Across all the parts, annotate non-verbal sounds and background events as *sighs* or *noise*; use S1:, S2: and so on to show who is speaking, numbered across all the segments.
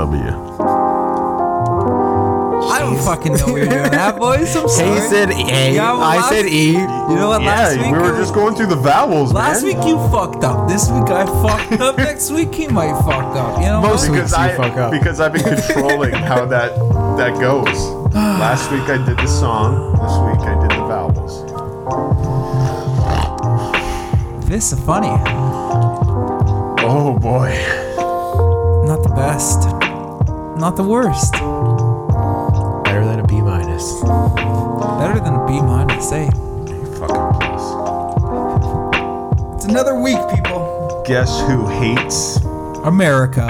S1: Oh, I don't fucking know what you're doing that, boys.
S2: *laughs*
S1: I'm sorry.
S2: He said A.
S1: Yeah, well,
S2: I
S1: last-
S2: said E.
S1: You know what?
S2: Yeah,
S1: last
S3: Hey,
S1: week
S3: we were
S1: I-
S3: just going through the vowels,
S1: Last
S3: man.
S1: week you fucked up. This week I fucked
S2: *laughs*
S1: up. Next week he might fuck up. You know what?
S2: Mostly-
S3: because
S2: weeks you
S3: I
S2: fuck up.
S1: *laughs*
S3: because I've been controlling how that that goes. Last week I did the song. This week I did the vowels.
S1: This is funny.
S3: Oh boy.
S1: Not the best. Not the worst.
S2: Better than a B minus.
S1: Better than a B minus eh? A.
S3: Fucking please.
S1: It's another week, people.
S3: Guess who hates?
S1: America.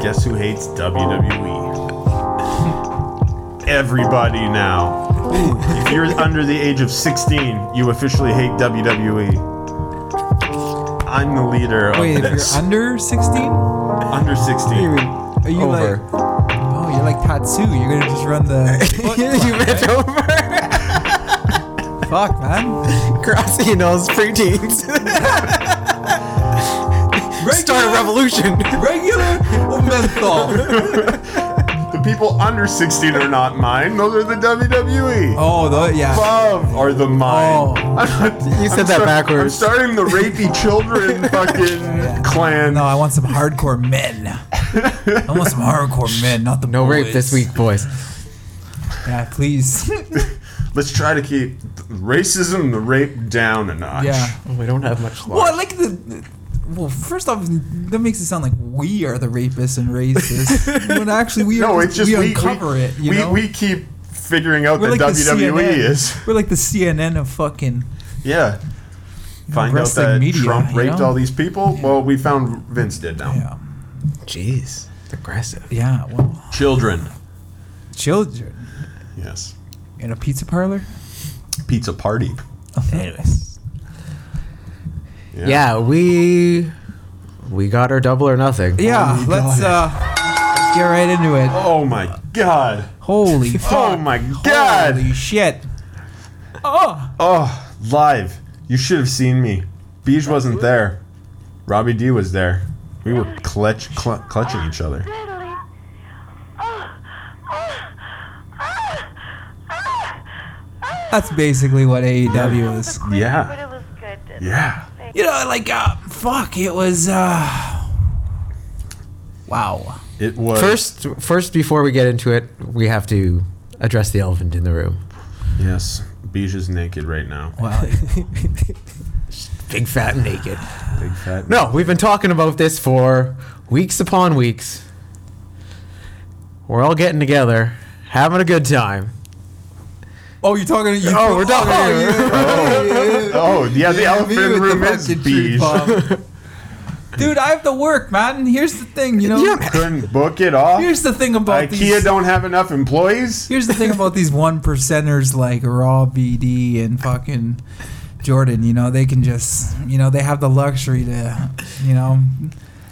S3: Guess who hates WWE? *laughs* Everybody now. If you're under the age of 16, you officially hate WWE. I'm the leader of
S1: Wait, if
S3: this.
S1: you're under 16? What
S3: under 16.
S1: do you mean? Are you
S2: Over.
S1: like? Oh, you're like Tatsu. You're gonna just run
S2: *laughs*
S1: the. foot
S2: you
S1: clock,
S2: meant
S1: right?
S2: over.
S1: Fuck, man.
S2: Crossing those preteens. *laughs* Start a revolution.
S1: Regular or menthol?
S3: The people under 16 are not mine. Those are the WWE.
S1: Oh, the, yeah.
S3: Above are the mine.
S1: Oh.
S3: *laughs* I'm not-
S2: You said
S3: I'm
S2: that backwards.
S3: I'm starting
S1: *laughs*
S3: the rapey children fucking clan.
S1: No, I want some hardcore men. I want some hardcore men, not the
S2: No rape
S1: boys.
S2: this week, boys.
S1: Yeah, please.
S3: Let's try to keep racism and the rape down a notch.
S1: Yeah.
S2: We don't have much
S1: Well, I like the. Well, first off, that makes it sound like we are the rapists and racists. when actually we are.
S3: No, it's just we, we-
S1: uncover it. You
S3: we,
S1: know?
S3: we keep figuring out
S1: We're
S3: that
S1: like the
S3: WWE
S1: CNN.
S3: E is. *laughs*
S1: We're like the CNN of fucking.
S3: Yeah. Find out
S1: wrestling
S3: that
S1: media,
S3: Trump
S1: you
S3: raped
S1: know?
S3: all these people. Well, we found Vince did now.
S1: Yeah.
S2: Jeez, aggressive.
S1: Yeah. Well,
S3: Children.
S1: children
S3: Yes.
S1: in a pizza parlor.
S3: Pizza party.
S2: Anyways. Yeah. we we got our double or nothing.
S1: Yeah. let's uh, let's get right into it.
S3: Oh my god.
S1: Holy fuck!
S3: Oh my god.
S1: Holy shit! Oh.
S3: Oh, live. You should have seen me. Beej wasn't there. Robbie D was there. We were clutch, cl- clutching each other.
S4: Natalie. Oh, oh, ah, ah, ah.
S1: That's basically what AEW is.
S4: Quick,
S3: Yeah.
S4: But it was good.
S3: Yeah.
S1: You know, like, uh, fuck, it was, uh. Wow.
S3: It was.
S2: First, first before we get into it, we have to address the elephant in the room.
S3: Yes. Beej is naked right now.
S1: Wow.
S2: Big fat naked.
S3: Big fat.
S2: No, we've been talking about this for weeks upon weeks. We're all getting together, having a good time.
S1: oh, you're talking to you.
S2: Oh, we're talking
S3: *laughs* Oh,
S1: *laughs*
S3: yeah, the elephant in the room is *laughs* Beej.
S1: *laughs* Dude, I have to work, man. Here's the thing, you know.
S3: Couldn't book it off.
S1: Here's the thing about
S3: IKEA
S1: these.
S3: don't have
S1: *laughs*
S3: enough employees.
S1: Here's the thing about these one percenters like Raw BD and fucking Jordan. You know, they can just, you know, they have the luxury to, you know,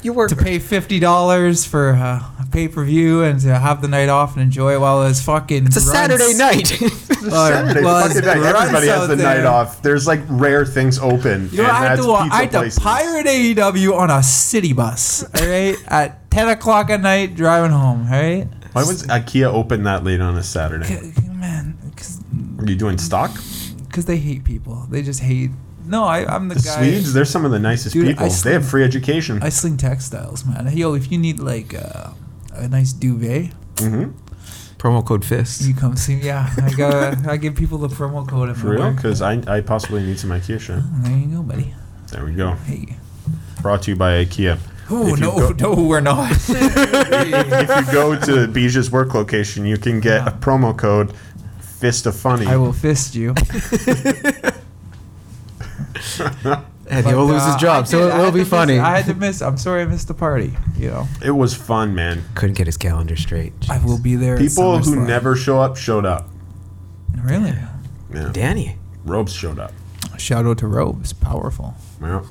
S2: You work.
S1: to pay fifty dollars for uh, a pay per view and to have the night off and enjoy it while it's fucking.
S2: It's a Saturday night.
S3: Saturday, fucking night. Everybody has the night off. There's like rare things open.
S1: You know,
S3: and
S1: I had
S3: that's
S1: to, wa-
S3: pizza
S1: I had to
S3: places.
S1: pirate AEW on a city bus, all right, at ten o'clock at night, driving home, all right.
S3: Why was IKEA open that late on a Saturday?
S1: C- Man,
S3: Are you doing stock?
S1: because they hate people. They just hate. No, I, I'm the,
S3: The
S1: guy.
S3: Swedes, they're some of the nicest
S1: Dude, I
S3: people.
S1: sl-
S3: they have free education.
S1: I sling textiles, man. Yo, if you need like uh, a nice duvet,
S2: *laughs* Promo code FIST.
S1: you come see me. Yeah, I got. I give people the promo code if
S3: For real? Because I, I possibly need some IKEA shit.
S1: There you go, buddy.
S3: There we go.
S1: Hey.
S3: Brought to you by IKEA.
S1: Oh
S3: If you
S1: no, *laughs* no, we're not.
S3: If you go
S1: *laughs*
S3: to Bija's work location, you can get a promo code Fist of Funny.
S1: I will fist you.
S2: *laughs* And
S1: But,
S2: he'll lose his
S1: uh,
S2: job,
S1: I
S2: so
S1: did-
S2: it
S1: I
S2: will
S1: had
S2: be
S1: to miss-
S2: funny.
S1: I had to miss. I'm sorry, I missed the party. You know,
S3: It was fun, man.
S2: Couldn't get his calendar straight.
S1: I will be there. at
S3: People who
S1: SummerSlam.
S3: never show up showed up.
S1: really.
S3: Yeah.
S2: Danny.
S3: Robes showed up.
S1: Shout out to Robes, powerful.
S3: Well,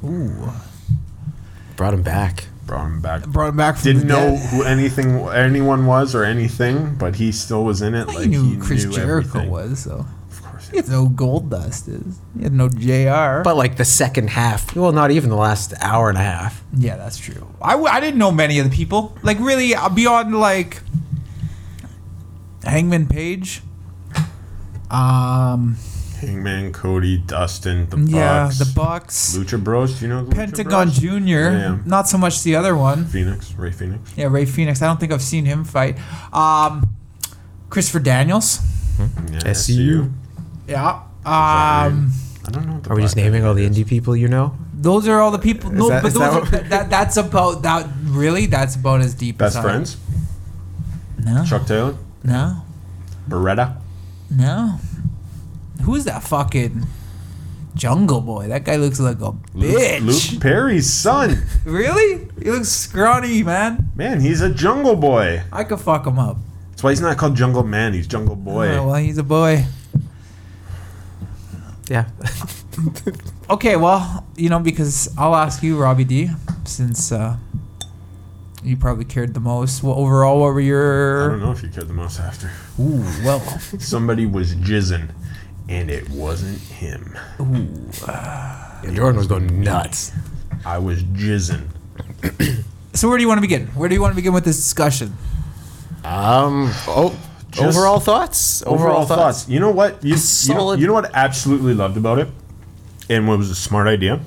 S2: Brought him back.
S3: brought him back.
S1: Brought him back from
S3: Didn't
S1: the
S3: know
S1: dead.
S3: who anything anyone was or anything, but he still was in it.
S1: I
S3: like
S1: knew
S3: he
S1: who Chris
S3: knew
S1: Jericho
S3: everything.
S1: was, so
S3: Of course.
S1: he had no Gold Dust is. He had no Jr.
S2: But like the second half, well, not even the last hour and a half.
S1: yeah, that's true. I, w- I didn't know many of the people. Like really, uh, beyond like Hangman Page. Um,
S3: Hangman, Cody, Dustin, the
S1: yeah,
S3: Bucks,
S1: the Bucks,
S3: Lucha Bros. Do you know the Lucha
S1: Pentagon
S3: Bros?
S1: Jr.
S3: Yeah.
S1: Not so much the other one.
S3: Phoenix, Ray Phoenix.
S1: Yeah, Ray Phoenix. I don't think I've seen him fight. Um, Christopher Daniels.
S3: Yeah,
S2: SCU.
S1: Yeah. Um,
S3: I don't know. What the
S2: Are we just
S3: black
S2: naming
S3: guy
S2: all the
S3: is.
S2: indie people you know?
S1: those are all the people. No,
S2: that-
S1: but
S2: is
S1: those
S2: that
S1: are,
S2: what-
S1: that, that that's about that. Really, that's about as deep.
S3: best
S1: as I-
S3: friends?
S1: No,
S3: Chuck Taylor,
S1: no,
S3: Beretta.
S1: no. Who's that fucking Jungle Boy? That guy looks like a
S3: Luke-
S1: bitch.
S3: Luke Perry's son.
S1: Really? He looks scrawny, man.
S3: Man, he's a jungle boy.
S1: I could fuck him up.
S3: That's why he's not called Jungle Man. He's Jungle Boy.
S1: Oh, well, he's a boy. *laughs*
S2: Yeah.
S1: Okay, well, you know, because I'll ask you, Robbie D, since uh, you probably cared the most. Well, overall, what were
S3: I don't
S1: your?
S3: know if you cared the most after.
S1: Ooh, well,
S3: Somebody was jizzing, and it wasn't him.
S2: Jordan was going nuts.
S3: I was jizzing.
S1: so where do you want to begin? Where do you want to begin with this discussion?
S2: Um. Oh.
S3: Just-
S2: overall thoughts.
S3: Overall thoughts. You know what? You, you, know,
S2: Solid.
S3: you know what I absolutely loved about it? And what was a smart idea?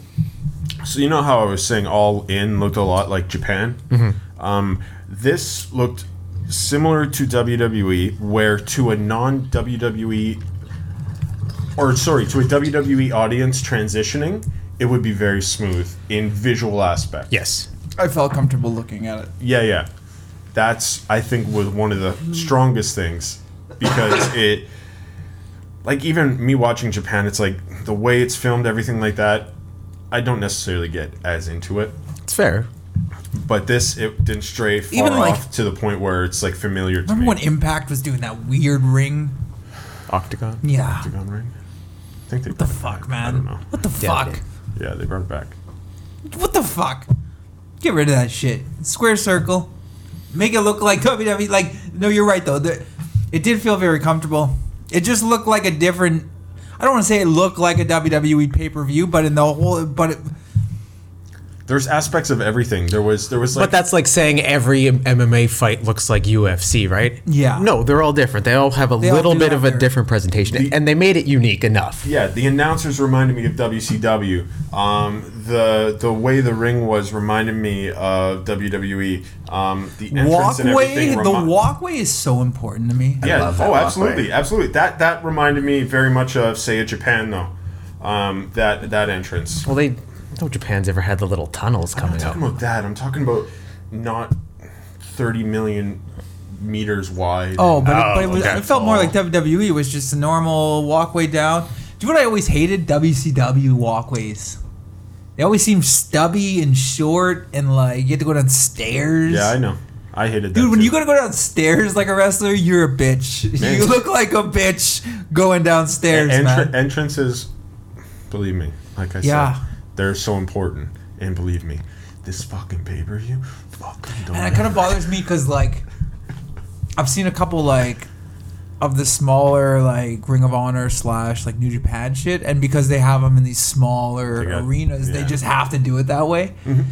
S3: So you know how I was saying all in looked a lot like Japan? Um, this looked similar to WWE, where to a non WWE or sorry, to a WWE audience transitioning, it would be very smooth in visual aspect.
S2: Yes.
S1: I felt comfortable looking at it.
S3: Yeah, yeah. That's I think was one of the strongest things
S1: *coughs*
S3: because it like even me watching Japan, it's like the way it's filmed, everything like that, I don't necessarily get as into it.
S2: It's fair.
S3: But this it didn't stray far
S1: Even, like-
S3: off to the point where it's like familiar to
S1: Remember when
S3: me.
S1: Impact was doing that weird ring?
S2: Octagon.
S1: Yeah.
S3: Octagon ring? I think they
S1: What the fuck, man?
S3: I don't know.
S1: What the
S2: Yeah, I
S1: fuck?
S3: Yeah, they brought it back.
S1: What the fuck? Get rid of that shit. Square circle. Make it look like WWE. Like, no, you're right though. The- It did feel very comfortable. It just looked like a different. I don't want to say it looked like a WWE pay per view, but in the whole, but it,
S3: There's aspects of everything. There was there was like
S2: But that's like saying every M- MMA fight looks like UFC, right?
S1: Yeah.
S2: No, they're all different. They all have a
S1: all
S2: little
S1: do
S2: bit
S1: have
S2: of a
S1: their-
S2: different presentation, and they made it unique enough.
S3: Yeah, the announcers reminded me of WCW. Um, the the way the ring was reminded me of WWE. Um, the entrance and
S1: walkway.
S3: everything
S1: The
S3: remi-
S1: walkway is so important to me.
S3: Yeah.
S2: love that
S3: Oh,
S2: walkway.
S3: absolutely, absolutely. That that reminded me very much of say a Japan though. Um, that that entrance.
S2: Well, they. No, Japan's ever had the little tunnels
S3: I'm
S2: coming
S3: talking
S2: out.
S3: about that. I'm talking about not thirty million meters wide.
S1: Oh, but, it,
S2: Oh,
S1: but it, was,
S2: okay.
S1: it felt more like WWE was just a normal walkway down. Do you know what I always hated? WCW walkways. They always seemed stubby and short, and like you had to go down stairs.
S3: yeah, I know. I hated that.
S1: Dude, when
S3: too.
S1: you gotta go downstairs like a wrestler, you're a bitch. *laughs*
S3: Man.
S1: You look like a bitch going downstairs,
S3: Entra-
S1: man.
S3: entrances, believe me, like I
S1: Yeah.
S3: said, they're so important. And believe me, this fucking pay per view, fucking don't.
S1: And it kind of bothers me because like I've seen a couple like of the smaller like Ring of Honor slash like New Japan shit, and because they have them in these smaller
S3: They got-
S1: arenas, they
S3: yeah. Mm-hmm.
S1: just have to do it that way. And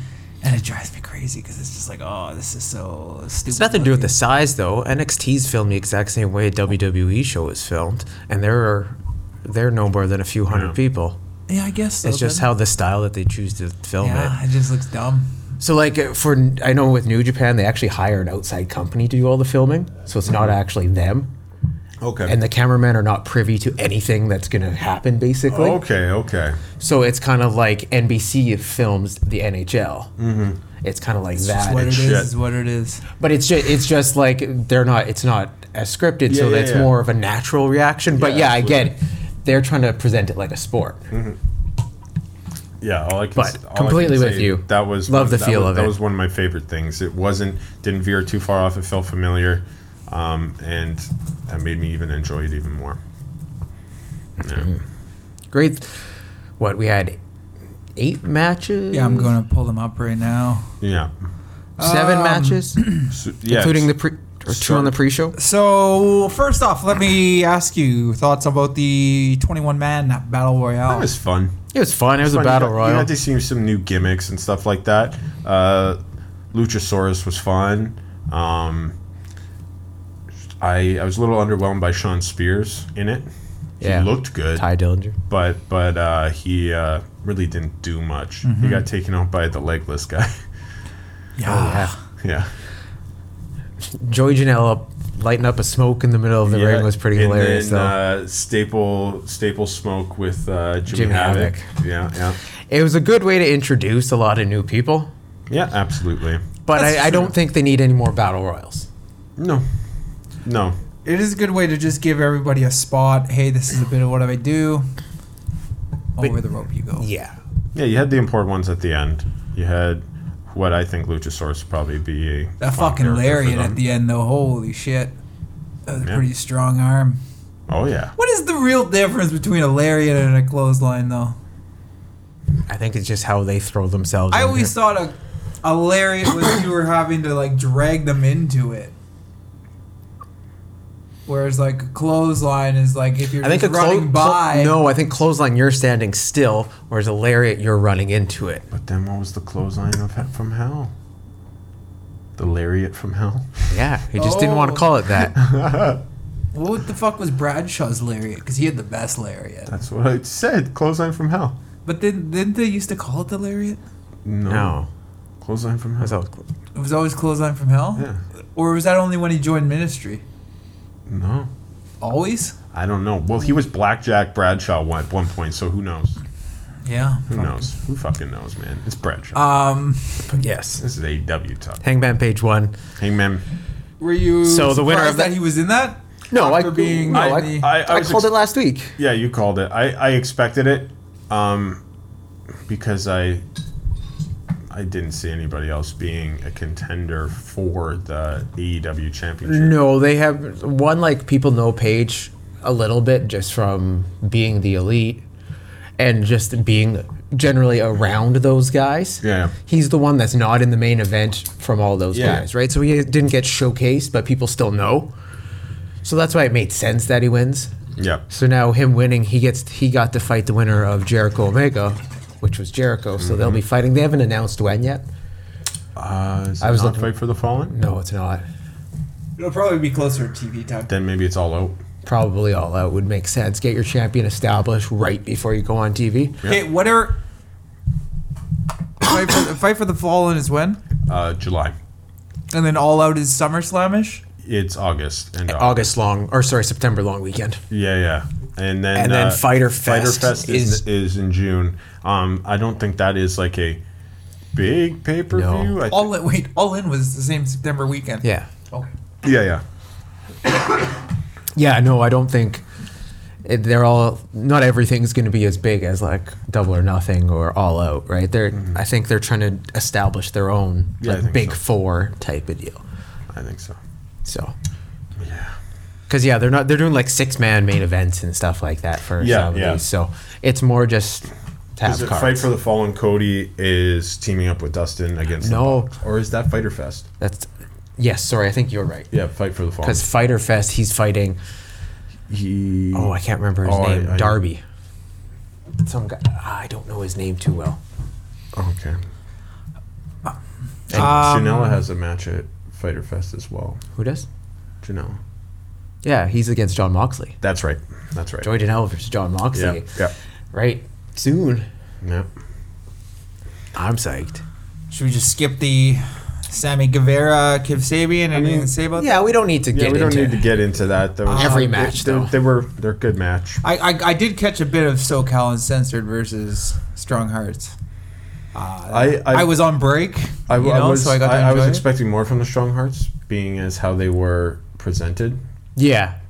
S1: it drives me crazy because it's just like, oh, this is so stupid.
S2: It's nothing to do with the size, though. NXT's filmed the exact same way a WWE show is filmed, and there are they're no more than a few hundred
S3: Yeah.
S2: people.
S1: Yeah, I guess so,
S2: It's just
S1: then.
S2: how the style that they choose to film it.
S1: Yeah, it just looks dumb.
S2: So, like uh, for I know with New Japan, they actually hire an outside company to do all the filming, so it's
S3: Mm-hmm.
S2: not actually them,
S3: okay.
S2: and the cameramen are not privy to anything that's going to happen, basically.
S3: Oh, okay, okay.
S2: So it's kind of like NBC films the NHL. Mm-hmm. It's kind of like
S1: It's
S2: that,
S1: what it is,
S3: shit.
S1: is what it is.
S2: but it's just it's just like they're not. It's not as scripted, so
S3: Yeah, yeah,
S2: it's
S3: yeah.
S2: more of a natural reaction. But
S3: Yeah,
S2: yeah, I get.
S3: absolutely. Hmm.
S2: It. They're trying to present it like a sport.
S3: Yeah, all I can
S2: But
S3: s- all I can
S2: completely with
S3: say,
S2: you.
S3: That was
S2: Love the
S3: that
S2: feel
S3: was-
S2: of
S3: That
S2: it.
S3: was one of my favorite things. It wasn't didn't veer too far off. It felt familiar, um, and that made me even enjoy it even more. Yeah.
S2: Great. What we had eight matches.
S1: Yeah, I'm gonna pull them up right now.
S3: Yeah.
S2: seven matches.
S3: So- yeah,
S2: Um, *clears throat* including the
S3: it's-
S2: pre or two on the pre-show.
S1: So first off, let me ask you thoughts about the 21 man battle royale.
S3: That was fun.
S2: It was fun. It was a
S3: fun. You
S2: battle
S3: got-
S2: royal.
S3: You got to see some new gimmicks and stuff like that. Uh, Luchasaurus was fun. Um, I, I was a little underwhelmed by Sean Spears in it. He
S2: Yeah.
S3: looked good,
S2: Ty Dillinger.
S3: but but uh, he uh, really didn't do much.
S2: Mm-hmm.
S3: He got taken out by the legless guy. *laughs*
S2: Ah.
S1: Yeah.
S3: yeah.
S2: Joey Janela lighting up a smoke in the middle of the
S3: Yeah,
S2: ring was pretty
S3: and
S2: hilarious,
S3: then,
S2: though.
S3: Uh, staple staple smoke with uh, Jimmy,
S2: Jimmy
S3: Havoc.
S2: Havoc.
S3: Yeah, yeah,
S2: it was a good way to introduce a lot of new people,
S3: yeah. Absolutely.
S2: but
S1: That's
S2: I, I don't think they need any more battle royals.
S3: No, no.
S1: It is a good way to just give everybody a spot. Hey, this is a bit of what I do. Over the rope you go.
S2: Yeah.
S3: Yeah, you had the important ones at the end. You had what I think Luchasaurus would probably be a
S1: That
S3: fun
S1: fucking
S3: character for
S1: lariat
S3: them.
S1: at the end, though. Holy shit. That was a
S3: Yeah.
S1: pretty strong arm.
S3: Oh yeah,
S1: What is the real difference between a lariat and a clothesline, though?
S2: I think it's just how they throw themselves.
S1: I
S2: in
S1: always
S2: there.
S1: thought a, a lariat was you were having to, like, drag them into it. Whereas, like, a clothesline is, like, if you're
S2: I think a
S1: just
S2: clo-
S1: running
S2: clo-
S1: by.
S2: no, I think clothesline you're standing still, whereas a lariat you're running into it.
S3: but then what was the clothesline of he- from hell? The lariat from hell.
S2: Yeah, he just didn't want
S1: Oh.
S2: to call it *laughs* that.
S1: What the fuck was Bradshaw's lariat? Because he had the best lariat.
S3: That's what I said. Clothesline from hell.
S1: But then, didn't they used to call it the lariat?
S3: No,
S2: No,
S3: clothesline from hell.
S2: that's all.
S1: It was always clothesline from hell?
S3: Yeah.
S1: Or was that only when he joined ministry?
S3: No,
S1: Always?
S3: I don't know. Well, he was Blackjack Bradshaw one- at one point, so who knows?
S1: Yeah.
S3: Who
S2: Hmm.
S3: knows? Who fucking knows, man? It's Bradshaw.
S2: Uh,
S1: Um,
S2: Yes.
S3: this is AEW talk.
S2: Hangman page one.
S3: Hangman.
S1: were you
S2: So the winner
S1: surprised
S2: of that-
S1: that he was in that?
S2: No,
S1: After being
S2: no,
S1: in
S2: I,
S1: the-
S3: I, I,
S2: I
S3: was
S2: called
S3: ex-
S2: it last week.
S3: Yeah, you called it. I, I expected it, um, because I I didn't see anybody else being a contender for the AEW championship.
S2: No, they have one like people know Paige a little bit just from being the elite and just being generally around those guys.
S3: Yeah.
S2: He's the one that's not in the main event from all those
S3: Yeah.
S2: guys, right? So he didn't get showcased, but people still know. So that's why it made sense that he wins.
S3: Yeah.
S2: So now him winning, he gets he got to fight the winner of Jericho Omega, which was Jericho. So they'll be
S3: Mm-hmm.
S2: fighting. They haven't announced when yet.
S3: Uh, is
S2: I
S3: I
S2: was
S3: was not
S2: looking-
S3: fight for the fallen.
S2: No, it's not.
S1: It'll probably be closer to TV time.
S3: Then maybe it's all out.
S2: probably all out would make sense. Get your champion established right before you go on TV.
S1: Okay, whatever. fight, for, fight for the Fallen is when?
S3: Uh, July.
S1: And then All Out is SummerSlamish?
S3: It's August and August.
S2: August long, or sorry, September long weekend.
S3: Yeah, yeah. And then
S2: And then Fyter
S3: Fyter
S2: Fest
S3: Fest is,
S2: is-
S3: is in June. Um, I don't think that is like a big pay per view.
S2: No.
S3: I
S1: All in, wait, All In was the same September weekend.
S2: Yeah.
S1: Oh.
S3: thi- yeah, yeah.
S2: Yeah, no, I don't think it, they're all, not everything's going to be as big as like double or nothing or all out, right? They're, I think they're trying to establish their own
S3: Mm-hmm. Yeah, I
S2: like,
S3: think
S2: big
S3: so.
S2: four type of deal.
S3: I think so.
S2: So.
S3: Yeah.
S2: Cause yeah, they're not they're doing like six man main events and stuff like that for
S3: Yeah,
S2: some of
S3: yeah.
S2: these. So it's more just to have
S3: Is it
S2: cards.
S3: Fight for the Fallen Cody is teaming up with Dustin against the
S2: No.
S3: Bucks? or is that Fighter Fest?
S2: That's yes. Sorry, I think you're right.
S3: Yeah, Fight for the Fallen.
S2: Because Fighter Fest, he's fighting.
S3: he
S2: Oh, I can't remember his
S3: Oh, I-
S2: name.
S3: I-
S2: Darby. Some guy. I don't know his name too well.
S3: okay.
S2: Uh, um,
S3: And Janela has a match at Fighter Fest as well.
S2: Who does?
S3: Janela.
S2: Yeah, he's against John Moxley.
S3: That's right. That's right.
S2: Joy Janela versus John
S3: yeah,
S2: Moxley.
S3: yeah,
S2: Right soon.
S3: yeah.
S2: I'm psyched.
S1: Should we just skip the Sammy Guevara, Kiv Sabian? Anything to say about that?
S2: Yeah, we don't need to
S3: Yeah,
S2: get
S3: we don't
S2: into.
S3: need to get into that. There was-
S2: Every
S3: they-
S2: match,
S3: they,
S2: though.
S3: They were they're a good match.
S1: I, I, I did catch a bit of SoCal Uncensored versus Strong Hearts.
S3: I I,
S1: I, was on break,
S3: I,
S1: you
S3: I
S1: know,
S3: was
S1: so I got to
S3: I, I was
S1: enjoy it.
S3: expecting more from the Strong Hearts, being as how they were presented.
S2: Yeah,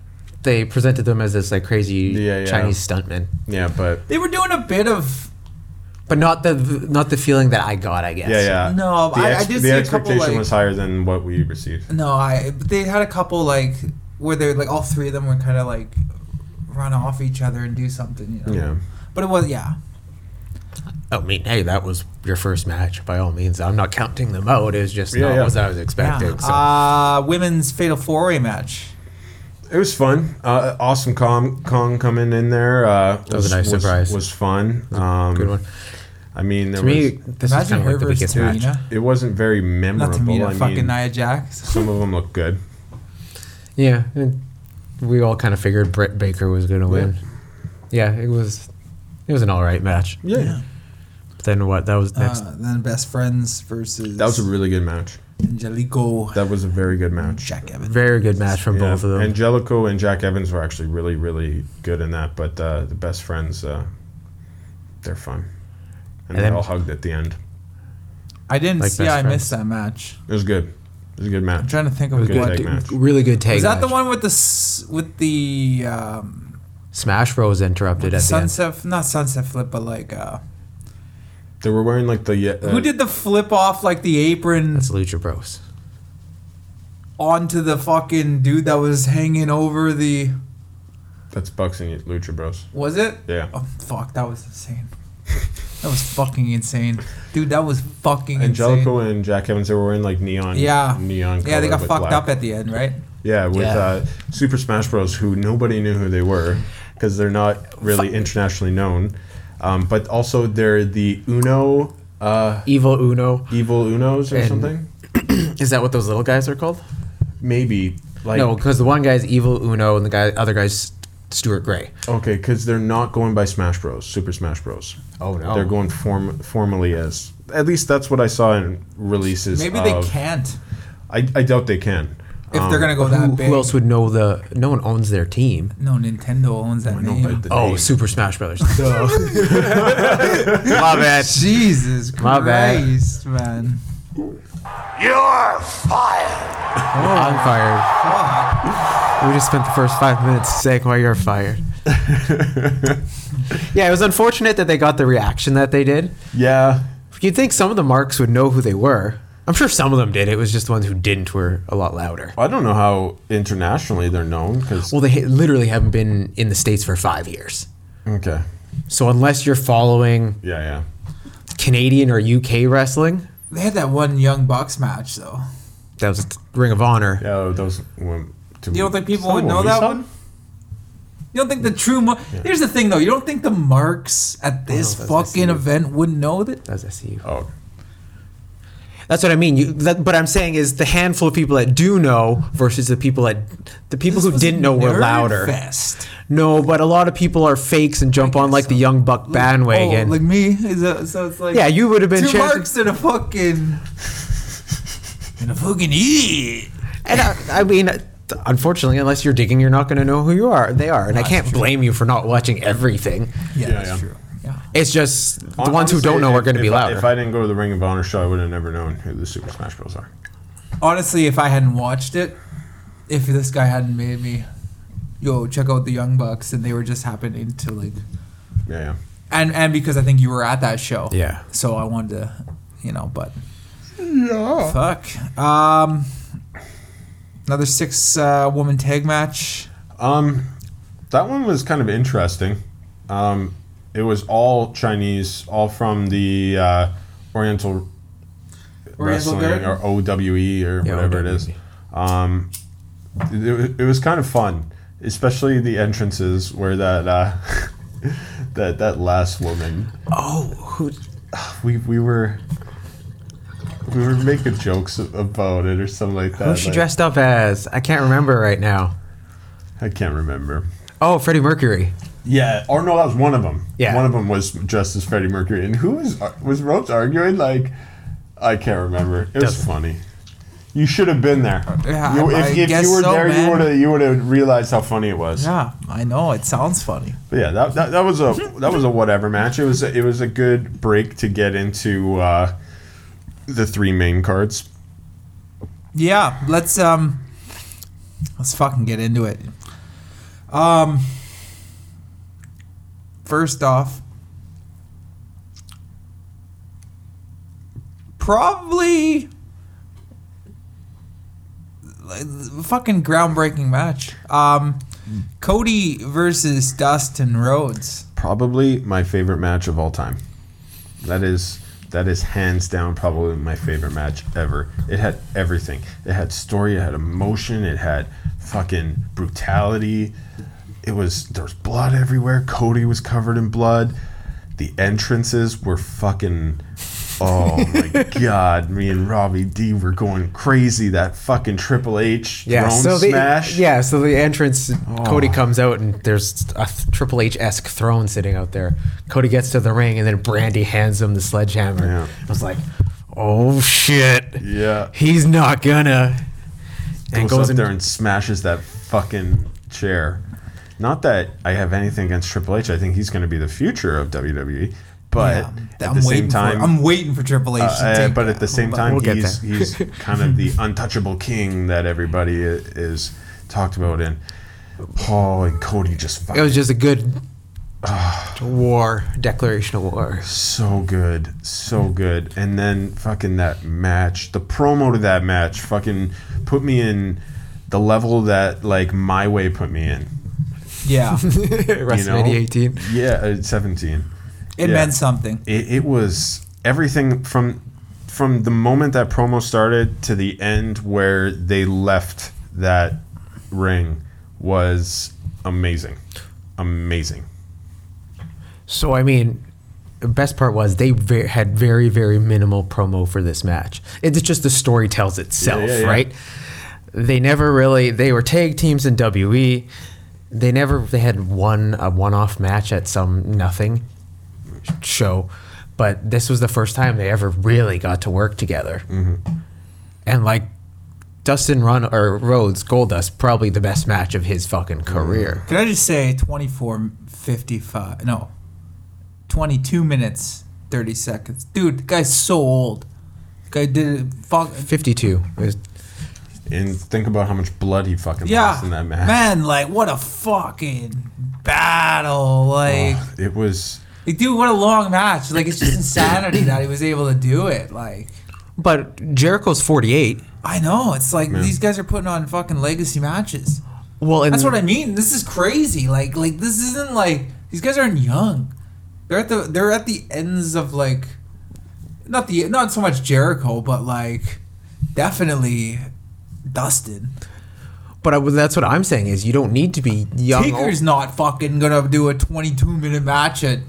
S2: they presented them as this like crazy
S3: Yeah, yeah.
S2: Chinese stuntman,
S3: Yeah, but
S1: They were doing a bit of
S2: but not the not the feeling that I got. I guess.
S3: Yeah, yeah.
S1: No,
S3: the
S1: I- I
S3: ex-
S1: did
S3: the
S1: see a couple,
S3: expectation
S1: like-
S3: was higher than what we received.
S1: No, I. But they had a couple like where they like all three of them were kind of like run off each other and do something. You know?
S3: Yeah,
S1: But it was yeah.
S2: Oh, I mean, hey, that was your first match. By all means, I'm not counting them out. It was just
S3: Yeah,
S2: not
S3: yeah.
S2: what I was expecting.
S1: yeah.
S2: So.
S1: Uh, women's fatal four way match.
S3: it was fun. Uh, awesome Kong, Kong coming in there. Uh, that
S2: was a nice surprise.
S3: Was fun. Um,
S2: Good one.
S3: I mean, there
S2: To me,
S3: was.
S2: this is
S1: Imagine
S2: kind of
S1: her
S2: like the
S1: versus
S2: biggest match.
S1: Tamina.
S3: it wasn't very
S1: Not
S3: memorable.
S1: Tamina,
S3: I
S1: fucking
S3: mean,
S1: Nia Jax.
S3: some of them look good.
S2: Yeah, and we all kind of figured Britt Baker was going to win. Yeah, it was it was an all right match.
S3: Yeah.
S2: But then what? That was next.
S1: Uh, then best friends versus
S3: That was a really good match.
S1: Angelico
S3: That was a very good match.
S1: Jack Evans.
S2: Very good match from
S3: Yeah,
S2: both of them.
S3: Angelico and Jack Evans were actually really, really good in that. But uh, the best friends, uh, they're fun, and,
S2: And
S3: they
S2: then-
S3: all hugged at the end.
S1: I didn't
S2: Like
S1: see.
S2: best
S1: I
S2: friends.
S1: missed that match.
S3: It was good. It was a good
S1: I'm
S3: match.
S1: trying to think of
S3: was
S1: what.
S3: good.
S1: Is
S3: tag match.
S2: Really good tag.
S1: that the
S2: match.
S1: one with the s- with the um,
S2: Smash Bros interrupted at the end.
S1: sunset? Not sunset flip, but like uh,
S3: They were wearing like the uh,
S1: who did the flip off like the apron
S2: That's Lucha Bros.
S1: onto the fucking dude that was hanging over the.
S3: that's boxing at Lucha Bros.
S1: Was it?
S3: Yeah.
S1: Oh fuck! That was insane. that was fucking insane, dude. That was fucking
S3: Angelico and Jack Evans they were wearing like neon.
S1: insane. Yeah.
S3: Neon.
S1: Yeah, they
S3: color
S1: got
S3: with
S1: fucked
S3: black.
S1: up at the end, right?
S3: Yeah, with
S2: Yeah.
S3: Uh, Super Smash Bros., who nobody knew who they were because they're not really internationally known. Um, but also, they're the Uno, uh,
S2: Evil Uno.
S3: Evil Unos or
S2: And-
S3: something.
S2: Is that what those little guys are called?
S3: Maybe. Like,
S2: no, because the one guy's Evil Uno and the guy, other guy's Stuart Gray.
S3: Okay, because they're not going by Smash Bros. Super Smash Bros.
S2: Oh, no.
S3: They're going form formally as at least that's what I saw in releases.
S1: Maybe they
S3: of- um,
S1: can't
S3: I, I doubt they can.
S1: if they're gonna go
S2: Who,
S1: Oh, that big.
S2: who else would know the? No one owns their team.
S1: No, Nintendo owns that
S3: know,
S1: name.
S3: but the
S2: Oh,
S3: name.
S2: Super Smash Brothers.
S1: *laughs*
S2: My bad.
S1: Jesus
S2: My bad.
S1: Christ, man.
S2: I'm fired.
S1: Fuck.
S2: We just spent the first five minutes saying why you're fired. yeah, it was unfortunate that they got the reaction that they did.
S3: Yeah.
S2: You'd think some of the marks would know who they were. I'm sure some of them did. It was just the ones who didn't were a lot louder.
S3: I don't know how internationally they're known because
S2: Well, they ha- literally haven't been in the States for five years.
S3: okay.
S2: So unless you're following
S3: Yeah, yeah.
S2: Canadian or UK wrestling,
S1: They had that one Young Bucks match though.
S2: that was Ring of Honor.
S3: Yeah, those went to
S1: You don't think people
S3: Some
S1: would
S3: of
S1: know
S3: them we
S1: that
S3: saw.
S1: one? You don't think the true mar- Here's the thing though, you don't think the marks at this
S2: that's
S1: fucking event would know that?
S2: That was SCU.
S3: Oh.
S2: That's what I mean. You, that, but I'm saying is the handful of people that do know versus the people that the people
S1: This
S2: who
S1: was
S2: didn't know were
S1: Nerd
S2: louder.
S1: Fest.
S2: No, but a lot of people are fakes and jump on like the young buck bandwagon.
S1: Oh, like me? Is that- so it's like
S2: yeah, you would have been.
S1: two
S2: chan-
S1: marks in a
S2: *laughs*
S1: fucking in a fucking idiot.
S2: And I, I mean, unfortunately, unless you're digging, you're not going to know who you are. They are, and I can't blame you for not watching everything.
S1: Yeah,
S3: Yeah,
S1: that's
S3: yeah.
S1: true. Yeah.
S2: It's just the
S3: Hon-
S2: ones who don't
S3: honestly,
S2: know are
S3: if-
S2: going to be
S3: if I-
S2: louder.
S3: If I didn't go to the Ring of Honor show, I would have never known who the Super Smash Bros are.
S1: honestly, if I hadn't watched it, if this guy hadn't made me, yo, check out the Young Bucks, and they were just happening to like,
S3: Yeah, yeah.
S1: and and because I think you were at that show,
S2: Yeah.
S1: So I wanted to, you know, but yeah, fuck. Um, another six uh, woman tag match.
S3: Um, that one was kind of interesting. Um, it was all Chinese, all from the uh, Oriental,
S1: Oriental
S3: Wrestling
S1: Garden?
S3: or OWE or whatever it is.
S2: OWE.
S3: Um, it, wa- it was kind of fun, especially the entrances where that uh, *laughs* that that last woman.
S2: oh, who,
S3: We we were. We were making jokes about it or something like that.
S2: who's she
S3: like-
S2: dressed up as? I can't remember right now.
S3: I can't remember.
S2: Oh, Freddie Mercury.
S3: Yeah, or Oh, no, that was one of them.
S2: Yeah.
S3: one of them was dressed as Freddie Mercury, and who was was Rhodes arguing? Like, I can't remember. It was
S2: Doesn't-
S3: funny. You should have been there.
S1: Uh, Yeah,
S3: you,
S1: I- I
S3: if, if
S1: guess
S3: you were
S1: so,
S3: there,
S1: man.
S3: you would have you would have realized how funny it was.
S1: Yeah, I know it sounds funny.
S3: But yeah, that, that, that was a that was a whatever match. It was a, it was a good break to get into uh, the three main cards.
S1: Yeah, let's um, let's fucking get into it. Um, first off, probably like, fucking groundbreaking match. Um, Cody versus Dustin Rhodes.
S3: Probably my favorite match of all time. That is that is hands down probably my favorite match ever. It had everything. It had story. It had emotion. It had fucking brutality. It was there was blood everywhere. Cody was covered in blood. The entrances were fucking Oh my
S2: *laughs*
S3: God! Me and Robbie D were going crazy. That fucking Triple H
S2: Yeah,
S3: throne
S2: so the
S3: smash. Oh.
S2: yeah, so the entrance, Cody comes out and there's a th- Triple H esque throne sitting out there. Cody gets to the ring and then Brandy hands him the sledgehammer.
S3: Yeah.
S2: I was like, oh shit,
S3: yeah.
S2: he's not gonna.
S3: Goes,
S2: And goes,
S3: up
S2: in
S3: there and smashes that fucking chair. Not that I have anything against Triple H. I think he's going to be the future of WWE. But
S1: Yeah,
S3: at the same
S1: waiting
S3: time,
S1: for, I'm waiting for Triple H. to
S3: Uh,
S1: take
S3: but at
S1: that.
S3: the same
S1: But-
S3: time,
S2: We'll get
S3: he's
S2: there.
S3: he's kind of
S1: *laughs*
S3: the untouchable king that everybody i- is talked about. And Paul and Cody just
S2: it
S3: fucking
S2: was just
S3: *sighs*
S2: a good war declaration of war. *laughs*
S3: so good, so good. And then fucking that match, the promo to that match, fucking put me in the level that like my way put me in.
S1: yeah, it
S2: WrestleMania
S3: You know,
S2: 18.
S3: Yeah, uh, seventeen. *laughs* Yeah.
S1: meant something.
S3: it, it was everything from from the moment that promo started to the end where they left that ring was amazing amazing
S2: So I mean, the best part was they ve- had very very minimal promo for this match. It's just the story tells itself,
S3: Yeah, yeah, yeah.
S2: right? They never really they were tag teams in WE. They never they had one a one off match at some nothing show, but this was the first time they ever really got to work together.
S3: Mm-hmm.
S2: And like Dustin Run or Rhodes Goldust probably the best match of his fucking career.
S1: Could I just say 24, 55, no, 22 minutes, 30 seconds. Dude, the guy's so old. The guy did it. Fuck,
S3: Mm.
S2: 52 is
S3: and think about how much blood he fucking
S1: yeah.
S3: lost in that match
S1: Man, like, what a fucking battle. Like,
S3: Oh, it was
S1: like, dude, what a long match. Like, it's just insanity that he was able to do it. Like,
S2: But Jericho's 48.
S1: I know. It's like these guys are putting on fucking legacy matches.
S2: Well, and
S1: That's what I
S3: Mm.
S1: mean. This is crazy. Like like this isn't like these guys aren't young. They're at the they're at the ends of like not the not so much Jericho, but like definitely Dustin.
S2: but I, that's what I'm saying is you don't need to be young.
S1: Taker's not fucking gonna do a 22 minute match at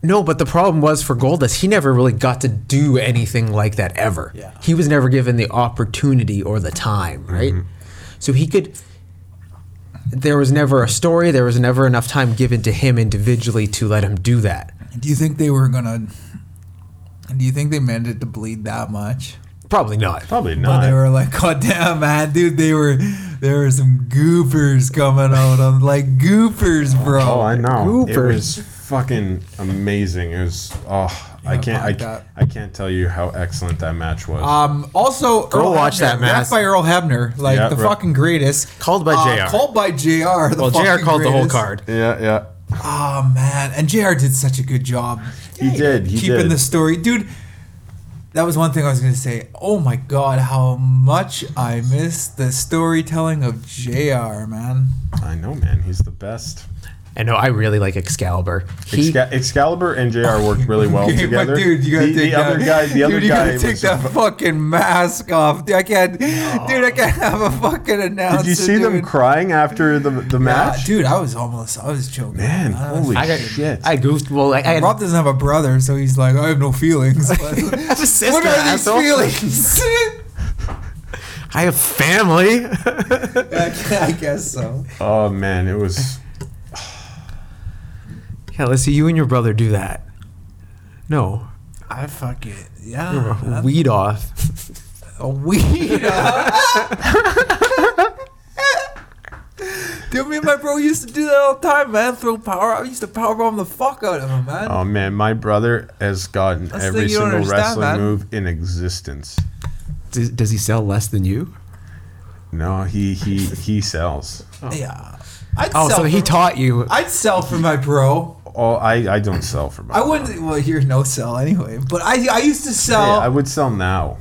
S2: No, but the problem was for Goldust, he never really got to do anything like that ever.
S1: Yeah.
S2: He was never given the opportunity or the time, right?
S1: Mm-hmm.
S2: So he could. There was never a story. There was never enough time given to him individually to let him do that.
S1: Do you think they were gonna? Do you think they meant it to bleed that much?
S2: Probably not.
S3: probably
S1: But they
S3: not
S1: were like, "God damn, man, dude, they were there were some goopers coming out. I'm like goopers, bro.
S3: oh i know
S2: Cooper.
S3: it was fucking amazing it was oh i
S1: Yeah,
S3: can't I,
S1: fuck
S3: ca-
S1: that.
S3: I can't tell you how excellent that match was
S1: Um, also,
S2: Go
S1: Earl
S2: watch
S1: Hebner,
S2: that, man.
S1: That's by Earl Hebner, like
S3: Yeah,
S1: the
S3: right.
S1: fucking greatest.
S2: Called by
S1: Uh,
S2: JR.
S1: Called by Jr. The
S2: well, JR
S1: fucking
S2: called the whole
S1: greatest.
S2: card.
S3: yeah yeah
S1: Oh man, and Jr. did such a good job
S3: he did he
S1: keeping
S3: did
S1: the story, dude. That was one thing I was gonna say. Oh my god, how much I miss the storytelling of Jr. Man,
S3: i know man he's the best
S2: And no, I really like Excalibur. He,
S3: Exca- Excalibur and Jr. worked really well
S1: Okay, but
S3: together.
S1: *laughs* dude, you gotta
S3: the,
S1: take
S3: the other
S1: that-
S3: guy. The other
S1: dude, you
S3: guy
S1: gotta take
S3: was-
S1: that fucking mask off. Dude, I can't, dude, I can't have a fucking announcer.
S3: Did you see them
S1: doing-
S3: crying after the the
S1: Yeah,
S3: match?
S1: dude, Uh, I was almost, I was joking.
S3: Man,
S1: I was
S3: holy
S2: I got
S3: shit!
S2: I goofed. Well, I, I had
S1: Rob doesn't have a brother, so he's like, I have no feelings. But
S2: a sister,
S1: what are these
S2: asshole.
S1: feelings? *laughs*
S2: I have family. *laughs*
S1: I guess so.
S3: oh man, it was.
S2: yeah, let's see you and your brother do that. No,
S1: I fuck it. *laughs* Yeah.
S2: weed off.
S1: A weed. Dude, me and my bro used to do that all the time, man. Throw power. I used to power bomb the fuck out of him, man.
S3: Oh man, my brother has gotten
S1: That's the
S3: every
S1: thing you don't
S3: single
S1: understand,
S3: wrestling
S1: man.
S3: move in existence.
S2: Does, does he sell less than you?
S3: No, he he he sells.
S1: Yeah. I'd
S2: Oh, so
S1: for,
S2: he taught you.
S1: I'd sell for my bro.
S3: Oh, I I don't sell for my.
S1: I wouldn't. Well, here, no sell anyway. But I, I used to
S3: Hey,
S1: sell.
S3: I would sell now.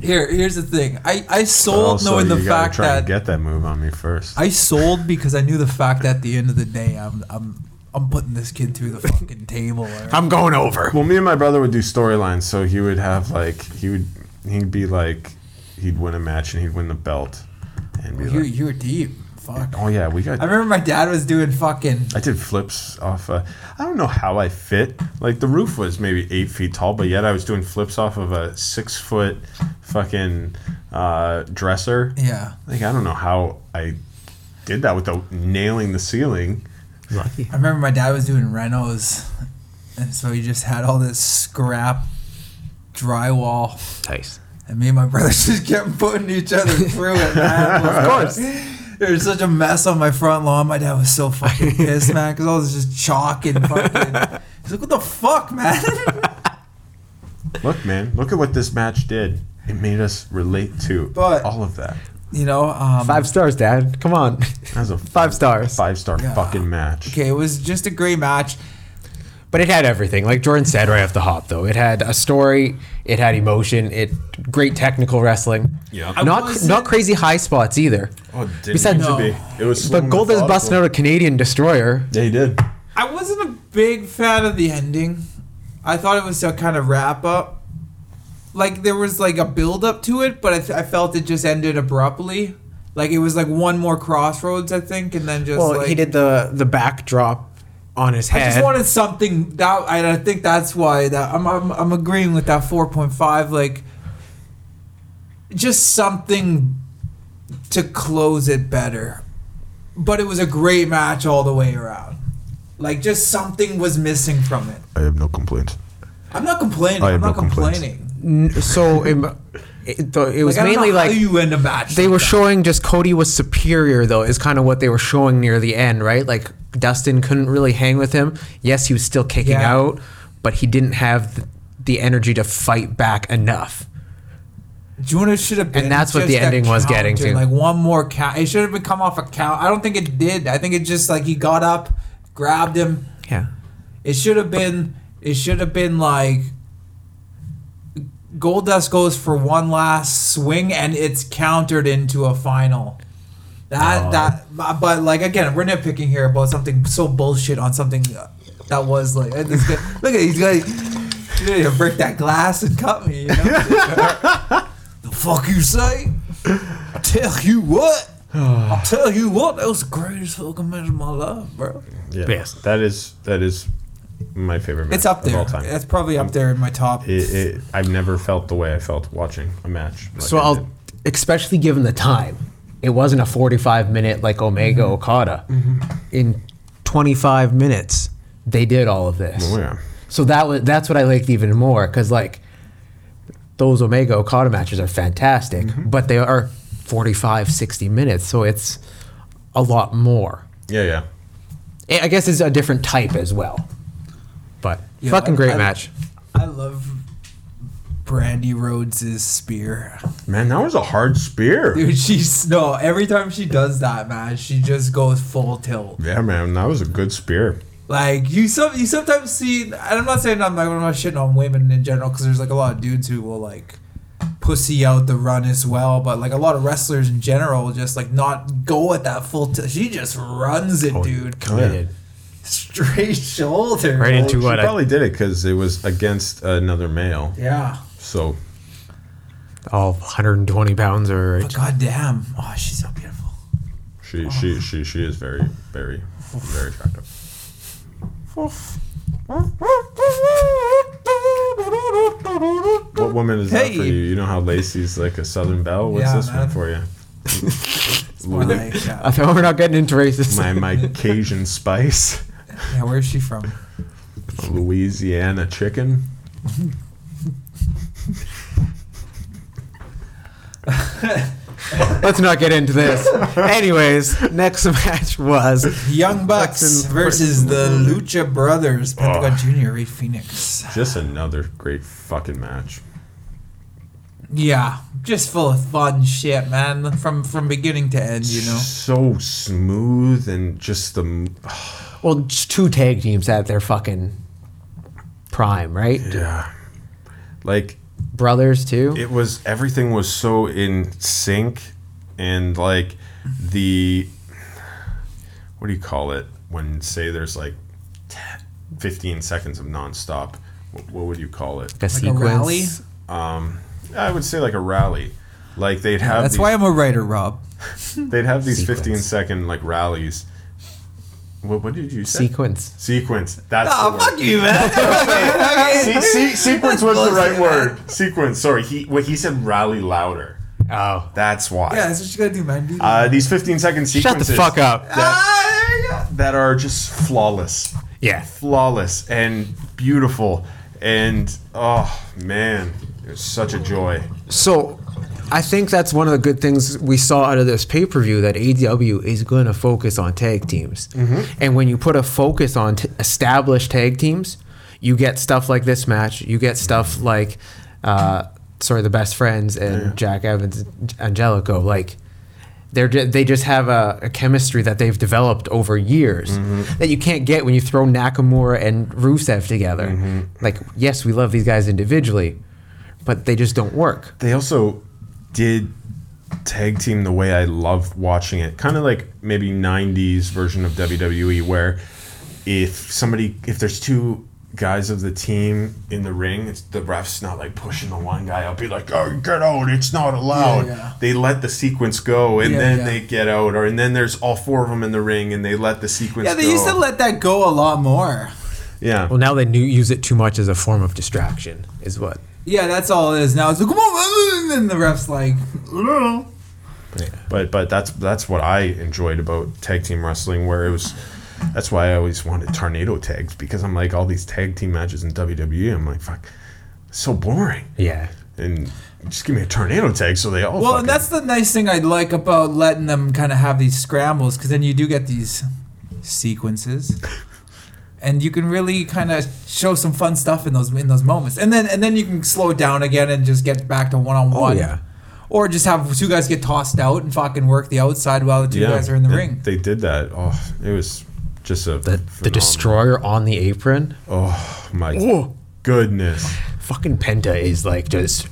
S1: Here, here's the thing. I, I
S3: but
S1: sold
S3: also,
S1: knowing the
S3: Oh, you gotta
S1: fact
S3: try
S1: that
S3: and get that move on me first.
S1: I sold because I knew the fact that at the end of the day, I'm I'm I'm putting this kid through the fucking *laughs* table. Or,
S2: I'm going over.
S3: Well, me and my brother would do storylines, so he would have like he would he'd be like he'd win a match and he'd win the belt, and be
S1: you're
S3: like,
S1: you're deep. fuck.
S3: Oh yeah, we got.
S1: I remember my dad was doing fucking.
S3: I did flips off. Uh, I don't know how I fit. Like the roof was maybe eight feet tall, but yet I was doing flips off of a six foot fucking uh, dresser.
S1: Yeah.
S3: Like I don't know how I did that without nailing the ceiling.
S2: Lucky.
S1: I remember my dad was doing renos, and so he just had all this scrap drywall,
S2: Nice.
S1: and me and my brothers *laughs* just kept putting each other through it. man. *laughs* of course. There was such a mess on my front lawn. My dad was so fucking *laughs* pissed, man, because all this just chalk and *laughs* fucking. He's like, "What the fuck, man?" *laughs*
S3: Look, man, look at what this match did. It made us relate to
S1: But-
S3: all of that.
S1: you know. Um,
S2: Five stars, Dad. Come on. *laughs*
S3: That was a
S2: Five stars.
S3: five star
S1: Yeah.
S3: fucking match.
S1: Okay, it was just a great match.
S2: But it had everything. Like Jordan said right off the hop, though, it had a story, it had emotion, it great technical wrestling.
S3: Yeah. I
S2: Not
S1: wasn't-
S2: not crazy high spots either.
S3: Oh, it didn't
S2: Besides-
S3: need to
S2: No.
S3: be. It was. slow
S2: But
S3: and
S2: Gold is busting
S3: methodical.
S2: out a Canadian destroyer.
S3: Yeah, he did.
S1: I wasn't a big fan of the ending. I thought it was a kind of wrap up. Like there was like a build up to it, but I, th- I felt it just ended abruptly. Like it was like one more crossroads, I think, and then just
S2: Well,
S1: like
S2: he did the the backdrop on his
S1: I
S2: head.
S1: just wanted something that I, I think that's why that I'm I'm, I'm agreeing with that 4.5 like just something to close it better. But it was a great match all the way around. Like just something was missing from it.
S3: I have no complaints.
S1: I'm not complaining.
S3: I
S1: I'm
S3: have
S1: not
S3: Oh, no complaints.
S1: complaining.
S2: N- so it, it, though, it was
S1: Like, I don't
S2: mainly
S1: know
S2: like
S1: how you end a match.
S2: they
S1: like
S2: were
S1: that.
S2: showing just Cody was superior though is kind of what they were showing near the end, right? Like Dustin couldn't really hang with him. Yes, he was still kicking
S1: Yeah.
S2: out, but he didn't have th- the energy to fight back enough.
S1: Juno should have been,
S2: that's what
S1: just
S2: the
S1: a
S2: ending was getting
S1: counter,
S2: to.
S1: Like one more count, it should have been come off a count. I don't think it did. I think it just like he got up, grabbed him.
S2: Yeah.
S1: It should have been. It should have been like Goldust goes for one last swing, and it's countered into a final. That that, bu- but like again, we're nitpicking here about something so bullshit on something that was like. and this guy- look at he's going to break that glass and cut me. You know? the fuck you say? I tell you what. I tell you what. That was the greatest fucking match of my life, bro.
S3: Yeah.
S2: Yes.
S3: That is that is my favorite. Match
S1: It's up there.
S3: Of all time.
S1: It's probably up there in my top.
S3: It, it, I've never felt the way I felt watching a match. like
S2: So
S3: I
S2: I'll
S3: did.
S2: especially given the time. It wasn't a 45 minute like Omega
S1: Mm-hmm.
S2: Okada. In 25 minutes they did all of this.
S3: Oh, yeah.
S2: So that was that's what I liked even more because like those Omega Okada matches are fantastic,
S1: Mm-hmm.
S2: but they are 45, 60 minutes, so it's a lot more.
S3: Yeah, yeah.
S2: I I guess it's a different type as well, but
S1: Yeah,
S2: fucking
S1: I-
S2: great
S1: I-
S2: match.
S1: I love Brandy Rhodes' spear. *laughs*
S3: Man, that was a hard spear.
S1: Dude, she's no, every time she does that, man, she just goes full tilt.
S3: Yeah, man, that was a good spear.
S1: Like you some you sometimes see and I'm not saying I'm like I'm not shitting on women in general because there's like a lot of dudes who will like pussy out the run as well, but like a lot of wrestlers in general will just like not go at that full tilt. She just runs
S3: Oh,
S1: it, dude.
S2: Committed.
S1: Straight *laughs* shoulder.
S2: Right into
S3: she
S2: what I-
S3: probably did it because it was against another male.
S1: Yeah.
S3: So
S2: All 120 pounds or
S1: But goddamn. Oh, she's so beautiful.
S3: she she she she is very very very attractive. What woman is that for
S1: Hey.
S3: you? You know how Lacey's like a Southern Belle. What's
S1: Yeah,
S3: this
S1: man.
S3: one for you?
S1: Or like, uh, yeah.
S2: I thought we're not getting into races.
S3: My my
S1: *laughs*
S3: Cajun spice,
S1: Yeah, where's she from?
S3: Louisiana chicken.
S2: *laughs* Let's not get into this.
S3: *laughs*
S2: Anyways, next match was
S1: Young Bucks
S2: Jackson
S1: versus the Lucha Brothers, Pentagon Jr., Ray Phoenix.
S3: Just another great fucking match.
S1: Yeah, just full of fun shit, man. From from beginning to end, you know.
S3: so smooth and just the m-
S2: well, just two tag teams at their fucking prime, right?
S3: yeah like
S2: Brothers too.
S3: it was everything was so in sync and like the what do you call it when say there's like 10, 15 seconds of nonstop what, what would you call it
S2: a sequence.
S1: rally?
S3: i would say like a rally like they'd have
S1: That's
S3: these-
S1: why I'm a writer, Rob.
S3: They'd have these
S2: Sequence.
S3: 15 second like rallies. What, what did you say?
S2: Sequence.
S3: Sequence. That's the
S1: Oh,
S3: word.
S1: fuck you, *laughs* man. *laughs*
S3: Se- se- sequence was the right
S1: Bullshit, man.
S3: word. Sequence. Sorry, he what he said. Rally louder.
S2: Oh.
S3: That's why.
S1: Yeah, that's what you gotta do, man. Do
S3: Uh, these 15 second
S2: Shut the
S3: sequences
S2: fuck up.
S1: ah, there you go.
S3: that are just flawless,
S2: Yeah.
S3: flawless and beautiful, and oh man, it was such a joy.
S2: So I think that's one of the good things we saw out of this pay per view that AEW is going to focus on tag teams. And when you put a focus on t- established tag teams, you get stuff like this match. You get stuff like, uh, sorry, the best friends and Jack Evans, and Angelico. Like, they're ju- they just have a, a chemistry that they've developed over years that you can't get when you throw Nakamura and Rusev together. Like, yes, we love these guys individually, but they just don't work.
S3: They also did tag team the way I love watching it, kind of like maybe '90s version of WWE, where if somebody, if there's two guys of the team in the ring, it's the refs not like pushing the one guy up, be like, "Oh, get out! It's not allowed."
S1: Yeah, yeah.
S3: They let the sequence go, and
S1: Yeah,
S3: then
S1: yeah.
S3: they get out, or and then there's all four of them in the ring, and they let the sequence.
S1: Yeah, they
S3: go.
S1: used to let that go a lot more.
S3: Yeah.
S2: Well, now they knew, use it too much as a form of distraction, is what.
S1: Yeah, that's all it is now. It's like, come on, man," and then the ref's like, "Ugh."
S3: but but that's that's what I enjoyed about tag team wrestling, where it was. That's why I always wanted tornado tags because I'm like all these tag team matches in WWE. I'm like, fuck, it's so boring.
S2: Yeah.
S3: And just give me a tornado tag so they all.
S1: well,
S3: fucking-
S1: and that's the nice thing I like about letting them kind of have these scrambles because then you do get these
S3: *laughs*
S1: sequences, and you can really kind of show some fun stuff in those in those moments, and then and then you can slow it down again and just get back to one on one.
S2: Oh,
S3: Oh,
S2: yeah.
S1: Or just have two guys get tossed out and fucking work the outside while the two
S3: Yeah,
S1: guys are in the
S3: they-
S1: ring.
S3: They did that. Oh, it was just a
S2: The, the destroyer on the apron.
S3: Oh my
S2: Oh,
S3: goodness!
S2: fucking Penta is like just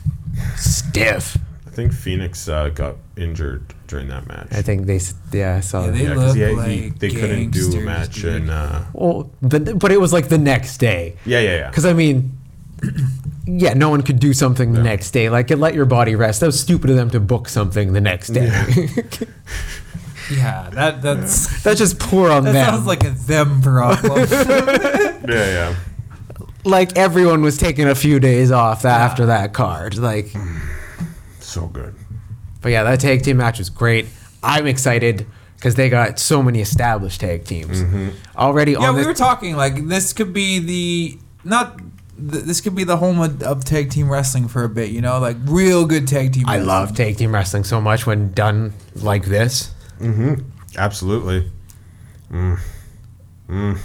S2: stiff.
S3: I think Phoenix uh, got injured during that match.
S2: I think they, s- yeah, I saw
S1: Yeah,
S2: that.
S1: they
S3: yeah,
S1: look
S3: because
S1: like
S3: they couldn't do a
S1: gangsters,
S3: match,
S1: dude.
S3: and uh,
S2: Well, but, but it was like the next day.
S3: yeah, yeah,
S2: *laughs*
S3: yeah.
S2: Because I mean, *clears throat* yeah, no one could do something the next day. Like, let your body rest. That was stupid of them to book something the next day.
S1: Yeah, that
S3: *laughs*
S1: that's
S2: *laughs* That's just poor on
S1: that
S2: them.
S1: sounds like a them problem.
S3: yeah, yeah.
S2: like everyone was taking a few days off tha- after that card. Like,
S3: So good.
S2: but yeah, that tag team match was great. I'm excited because they got so many established tag teams already.
S1: yeah,
S2: on
S1: we
S2: the,
S1: were talking like this could be the not th- this could be the home of, of tag team wrestling for a bit. You know, like real good tag team.
S2: I
S1: wrestling.
S2: love tag team wrestling so much when done like this.
S3: Mm, Absolutely. Mm. Mm.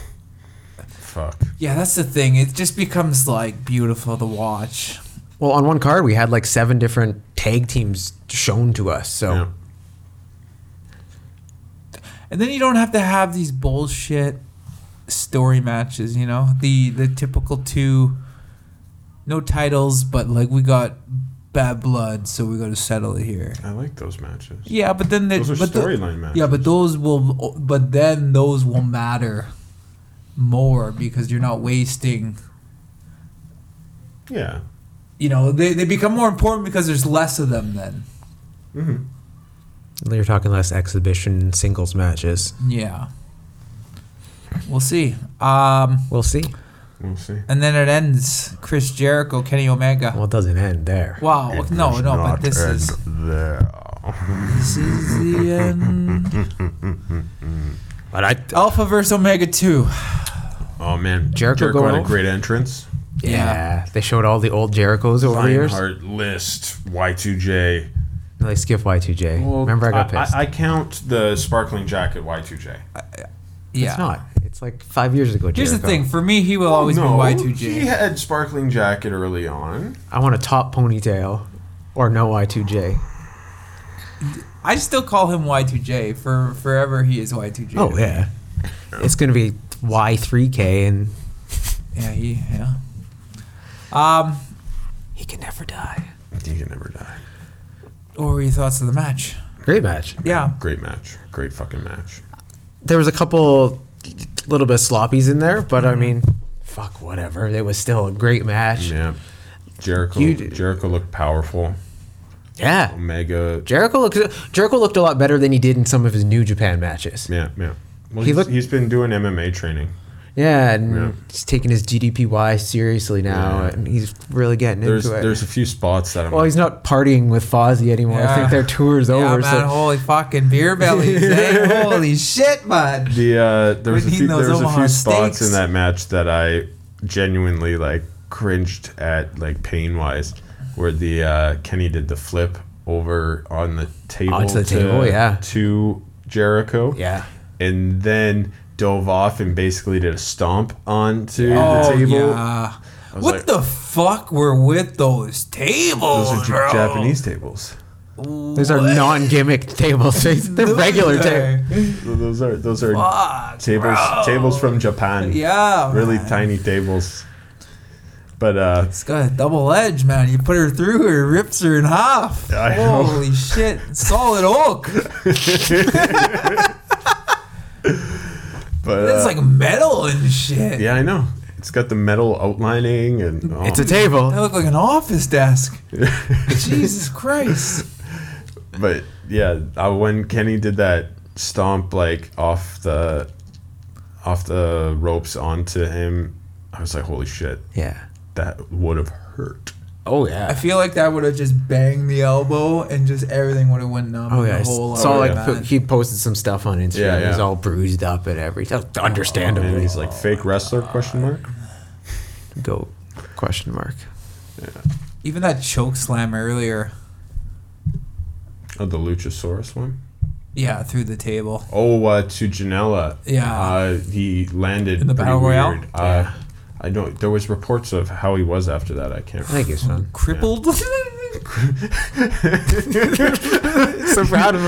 S3: Fuck.
S1: Yeah, that's the thing. It just becomes like beautiful to watch.
S2: Well, on one card we had like seven different tag teams shown to us.
S1: Oh.
S2: So.
S3: Yeah.
S1: And then you don't have to have these bullshit story matches, you know? The the typical two no titles, but like we got bad blood, so we got to settle it here.
S3: I like those matches.
S1: Yeah, but then the,
S3: Those are
S1: but the-
S3: storyline matches.
S1: Yeah, but those will but then those will matter more because you're not wasting
S3: Yeah.
S1: you know, they, they become more important because there's less of them then.
S2: You're talking less exhibition singles matches.
S1: Yeah. We'll see. Um
S2: We'll see.
S3: We'll see.
S1: And then it ends Chris Jericho, Kenny Omega.
S2: Well, it doesn't end there.
S1: Wow. Oh, no, no, but this is this is the
S2: *laughs*
S1: end.
S2: But I
S1: Alpha versus Omega two.
S3: Oh man,
S2: Jericho
S3: Jericho
S2: going
S3: had a
S2: over?
S3: great entrance.
S2: yeah. they showed all the old Jerichos over the years.
S3: Reinhardt, List, Y2J.
S2: No, they skipped Y2J. Remember, I got pissed.
S3: I, count the sparkling jacket Y2J.
S1: Yeah.
S2: It's not. It's like five years ago.
S1: Here's
S2: Jericho. Oh,
S1: the thing. For me, he will always be Y two
S3: He
S1: J.
S3: had sparkling jacket early on.
S2: I want a top ponytail or no Y2J.
S1: I still call him Y two J. For forever, he is Y two J.
S2: Oh, yeah. It's gonna be Y3K, and
S1: Yeah. He. Yeah. Um.
S2: he can never die.
S3: He can never die.
S1: What were your thoughts of the match?
S2: Great match.
S1: Yeah.
S3: Great match. Great fucking match.
S2: There was a couple little bit sloppies in there, but I mean, fuck whatever. It was still a great match.
S3: Yeah. Jericho.
S2: You d-
S3: Jericho looked powerful.
S2: Yeah.
S3: Omega.
S2: Jericho looked Jericho looked a lot better than he did in some of his New Japan matches.
S3: Yeah, yeah. Well,
S2: He
S3: he's,
S2: looked-
S3: he's been doing MMA training.
S2: Yeah, and he's taking his GDPY seriously now,
S3: Yeah.
S2: and he's really getting
S3: There's
S2: into it.
S3: there's a few spots that I'm.
S2: well,
S3: like,
S2: he's not partying with Fozzy anymore. I
S1: Yeah.
S2: think their tour's
S1: Yeah,
S2: over.
S1: man,
S2: so
S1: holy fucking beer bellies,
S3: *laughs*
S1: eh? Holy shit, man.
S3: the uh, there was a
S1: We're
S3: few
S1: eating those
S3: there was a
S1: Omaha
S3: few spots
S1: steaks.
S3: in that match that I genuinely like cringed at like pain wise, where the uh, Kenny did the flip over on the table
S2: Onto the
S3: to-
S2: table, yeah.
S3: to Jericho
S2: yeah,
S3: and then dove off and basically did a stomp onto the
S1: Oh,
S3: table.
S1: yeah.
S3: was
S1: What
S3: like-
S1: the fuck were with those tables?
S3: Those are
S1: Oh, bro? *laughs*
S3: Ja- Japanese tables.
S2: those are non-gimmick tables. They- They're regular tables.
S3: Those are those are
S1: Fuck,
S3: tables
S1: bro.
S3: tables from Japan.
S1: Yeah.
S3: really
S1: man.
S3: tiny tables. But uh,
S1: It's got a double edge, man. You put her through her, rips her in half.
S3: I know.
S1: Holy shit. Solid
S3: *laughs*
S1: oak.
S3: but
S1: It's
S3: uh,
S1: like metal and shit.
S3: yeah, I know. It's got the metal outlining and oh,
S2: It's a table.
S1: That looked like an office
S3: *laughs*
S1: desk. Jesus Christ.
S3: but yeah, uh, when Kenny did that stomp like off the off the ropes onto him, I was like, holy shit,
S2: Yeah.
S3: that would have hurt.
S2: Oh
S1: I
S2: yeah.
S1: feel like that would have just banged the elbow and just everything would have went numb.
S2: Oh yeah. I
S1: The whole
S2: saw
S1: elbow,
S2: like
S1: man.
S2: he posted some stuff on Instagram.
S3: Yeah,
S2: He was
S3: yeah.
S2: all bruised up and everything. Understandable.
S3: And he's
S1: Oh
S3: like fake wrestler question mark.
S2: Go question mark.
S1: Even that choke slam earlier.
S3: Oh, the Luchasaurus one.
S1: Yeah, through the table.
S3: Oh, uh, to Janela.
S1: Yeah.
S3: Uh, he landed
S1: In the
S3: pretty
S1: Battle Royale?
S3: weird. Uh, I don't. There was reports of how he was after that. I can't.
S2: Thank
S3: *laughs*
S2: you, son.
S1: Crippled? *laughs*
S2: so proud of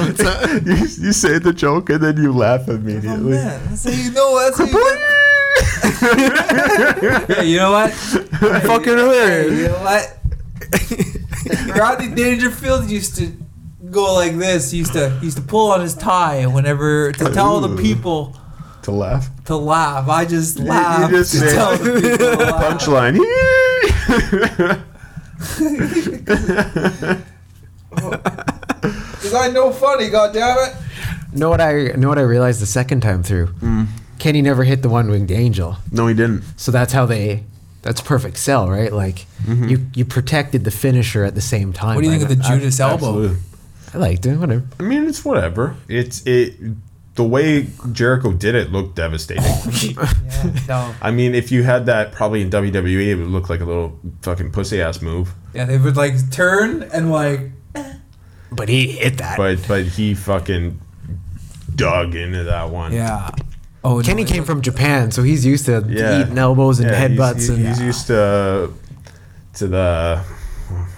S3: *laughs*
S2: him.
S3: you, you say the joke and then you laugh
S1: Oh,
S3: immediately.
S1: man. That's how you know. That's how you *laughs* Yeah, you know what?
S2: *laughs* fucking
S1: Hey,
S2: hilarious.
S1: you know what? Rodney Dangerfield used to go like this. He used to he used to pull on his tie whenever to tell the
S3: Ooh.
S1: people
S3: to laugh.
S1: to laugh. I just
S3: you
S1: laugh
S3: just
S1: to
S3: say-
S1: tell the people to
S2: *laughs*
S1: laugh.
S3: Punchline.
S1: Cause I know funny, goddammit.
S2: Know what I know what I realized the second time through?
S3: Mm.
S2: Kenny never hit the one winged angel,
S3: *laughs* no, he didn't.
S2: so that's how they. That's perfect sell, right? Like
S3: Mm-hmm.
S2: you you protected the finisher at the same time.
S1: What do you think
S2: Like,
S1: of the Judas elbow?
S3: Absolutely.
S2: I, I liked it.
S1: *laughs*
S2: Whatever. *laughs*
S3: I mean, it's whatever. It's it. The way Jericho did it
S1: *laughs*
S3: looked devastating.
S1: Yeah, no.
S3: I mean, if you had that probably in WWE, it would look like a little fucking pussy ass move.
S1: yeah, they would like turn and like
S2: But he hit that.
S3: But but he fucking dug into that one.
S1: yeah. Oh, no,
S2: Kenny
S1: it
S2: came
S1: was-
S2: from Japan, so he's used to
S3: Yeah.
S2: eating elbows and
S3: Yeah,
S2: headbutts
S3: He's,
S2: and
S3: he's used to to the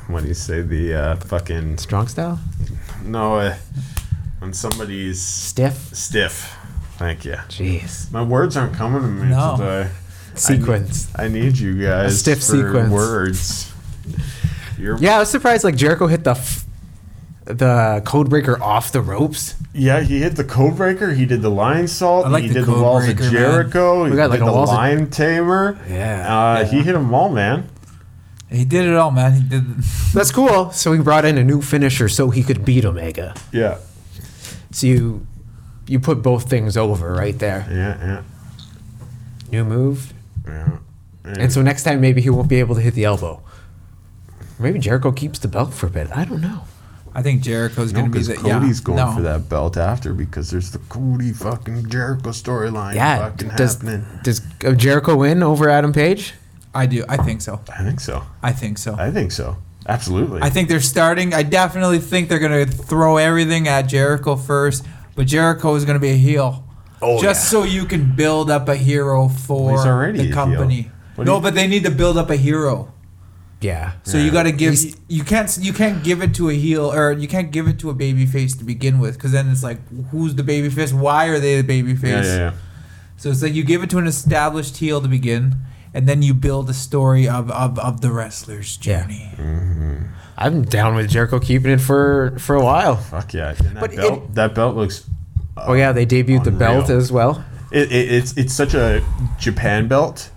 S3: what do you say the uh, fucking
S2: strong style,
S3: no uh, when somebody's
S2: stiff.
S3: stiff. Thank you.
S2: Jeez,
S3: My words aren't coming to me
S1: No.
S3: today.
S2: sequence.
S3: I need you guys.
S2: A stiff
S3: for
S2: sequence.
S3: Words. You're,
S2: Yeah, I was surprised. Like Jericho hit the f- the code breaker off the ropes.
S3: yeah, he hit the code breaker. He did the line salt.
S1: I like
S3: he
S1: the
S3: did the
S1: code
S3: walls
S1: breaker,
S3: of
S1: man.
S3: Jericho.
S2: We
S3: he
S2: got,
S3: did
S2: like, a
S3: the
S2: walls of-
S3: line tamer.
S2: Yeah.
S3: Uh, He hit them all, man.
S1: He did it all, man. He did.
S2: That's cool. So he brought in a new finisher so he could beat Omega.
S3: Yeah.
S2: So you you put both things over right there.
S3: Yeah,
S2: New move.
S3: yeah, yeah.
S2: And
S3: Mm.
S2: so next time maybe he won't be able to hit the elbow. Maybe Jericho keeps the belt for a bit. I don't know.
S1: I think Jericho's
S3: No,
S1: gonna be
S3: because
S1: the
S3: Cody's
S1: yeah,
S3: going
S1: no.
S3: for that belt after because there's the Cody fucking Jericho storyline
S2: Yeah.
S3: fucking
S2: Does
S3: happening.
S2: does uh, Jericho win over Adam Page?
S1: I do. I think so.
S3: I think so.
S1: I think so.
S3: I think so. Absolutely.
S1: I think they're starting. I definitely think they're going to throw everything at Jericho first, but Jericho is going to be a heel.
S2: Oh,
S1: just
S2: yeah.
S1: so you can build up a hero for
S3: He's already a
S1: the
S3: heel.
S1: company.
S3: What do
S1: No,
S3: you-
S1: but they need to build up a hero.
S2: Yeah.
S1: So you got to give you can't you can't give it to a heel or you can't give it to a baby face to begin with because then it's like who's the baby face? Why are they the baby face?
S3: yeah, yeah, yeah.
S1: So it's like you give it to an established heel to begin, and then you build a story of of, of the wrestler's
S2: Yeah.
S1: journey.
S2: I'm down with Jericho keeping it for for a while.
S3: Fuck yeah. And that
S2: But it-
S3: belt that belt looks
S2: Oh yeah, they debuted the belt
S3: Unreal.
S2: as well.
S3: it, it, it's it's such a Japan belt.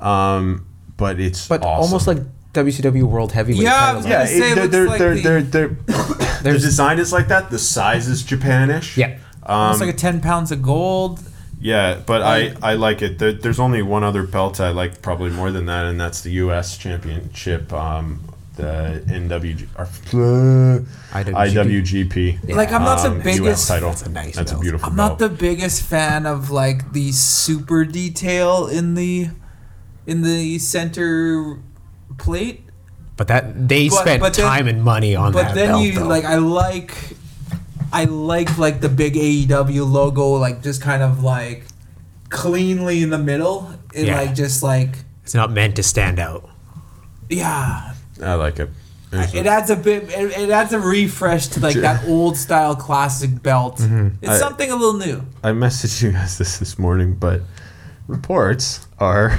S3: Um but it's
S2: But
S3: awesome.
S2: almost like WCW World Heavyweight
S1: Yeah, I
S2: title.
S1: was
S2: match.
S1: gonna
S3: Yeah,
S1: say it
S3: it, they're,
S1: looks
S3: they're,
S1: like
S3: they're,
S1: the-
S3: they're,
S2: *coughs*
S3: they're- the
S2: There's-
S3: design is like that. The size is Japanish.
S2: Yeah.
S3: Um,
S1: It's like a ten pounds of gold.
S3: Yeah, but I, I like it. There, there's only one other belt I like probably more than that, and that's the U.S. Championship, um, the NWG, or, IWGP.
S1: Like I'm not
S3: um,
S1: the biggest
S3: US title.
S2: That's a nice
S3: That's a
S2: belt.
S3: beautiful
S1: I'm not
S3: belt.
S1: the biggest fan of like the super detail in the in the center plate.
S2: But that they
S1: But-
S2: spent
S1: but then-
S2: time and money on
S1: But
S2: that
S1: then
S2: belt,
S1: you
S2: though.
S1: like I like I like like the big AEW logo like just kind of like cleanly in the middle. It
S2: Yeah.
S1: like just like
S2: it's not meant to stand out.
S1: yeah.
S3: I like it. There's
S1: It
S3: a-
S1: adds a bit. It, it adds a refresh to like that old style classic belt.
S2: Mm-hmm.
S1: It's
S3: I-
S1: something a little new.
S3: I messaged you guys this this morning, but reports are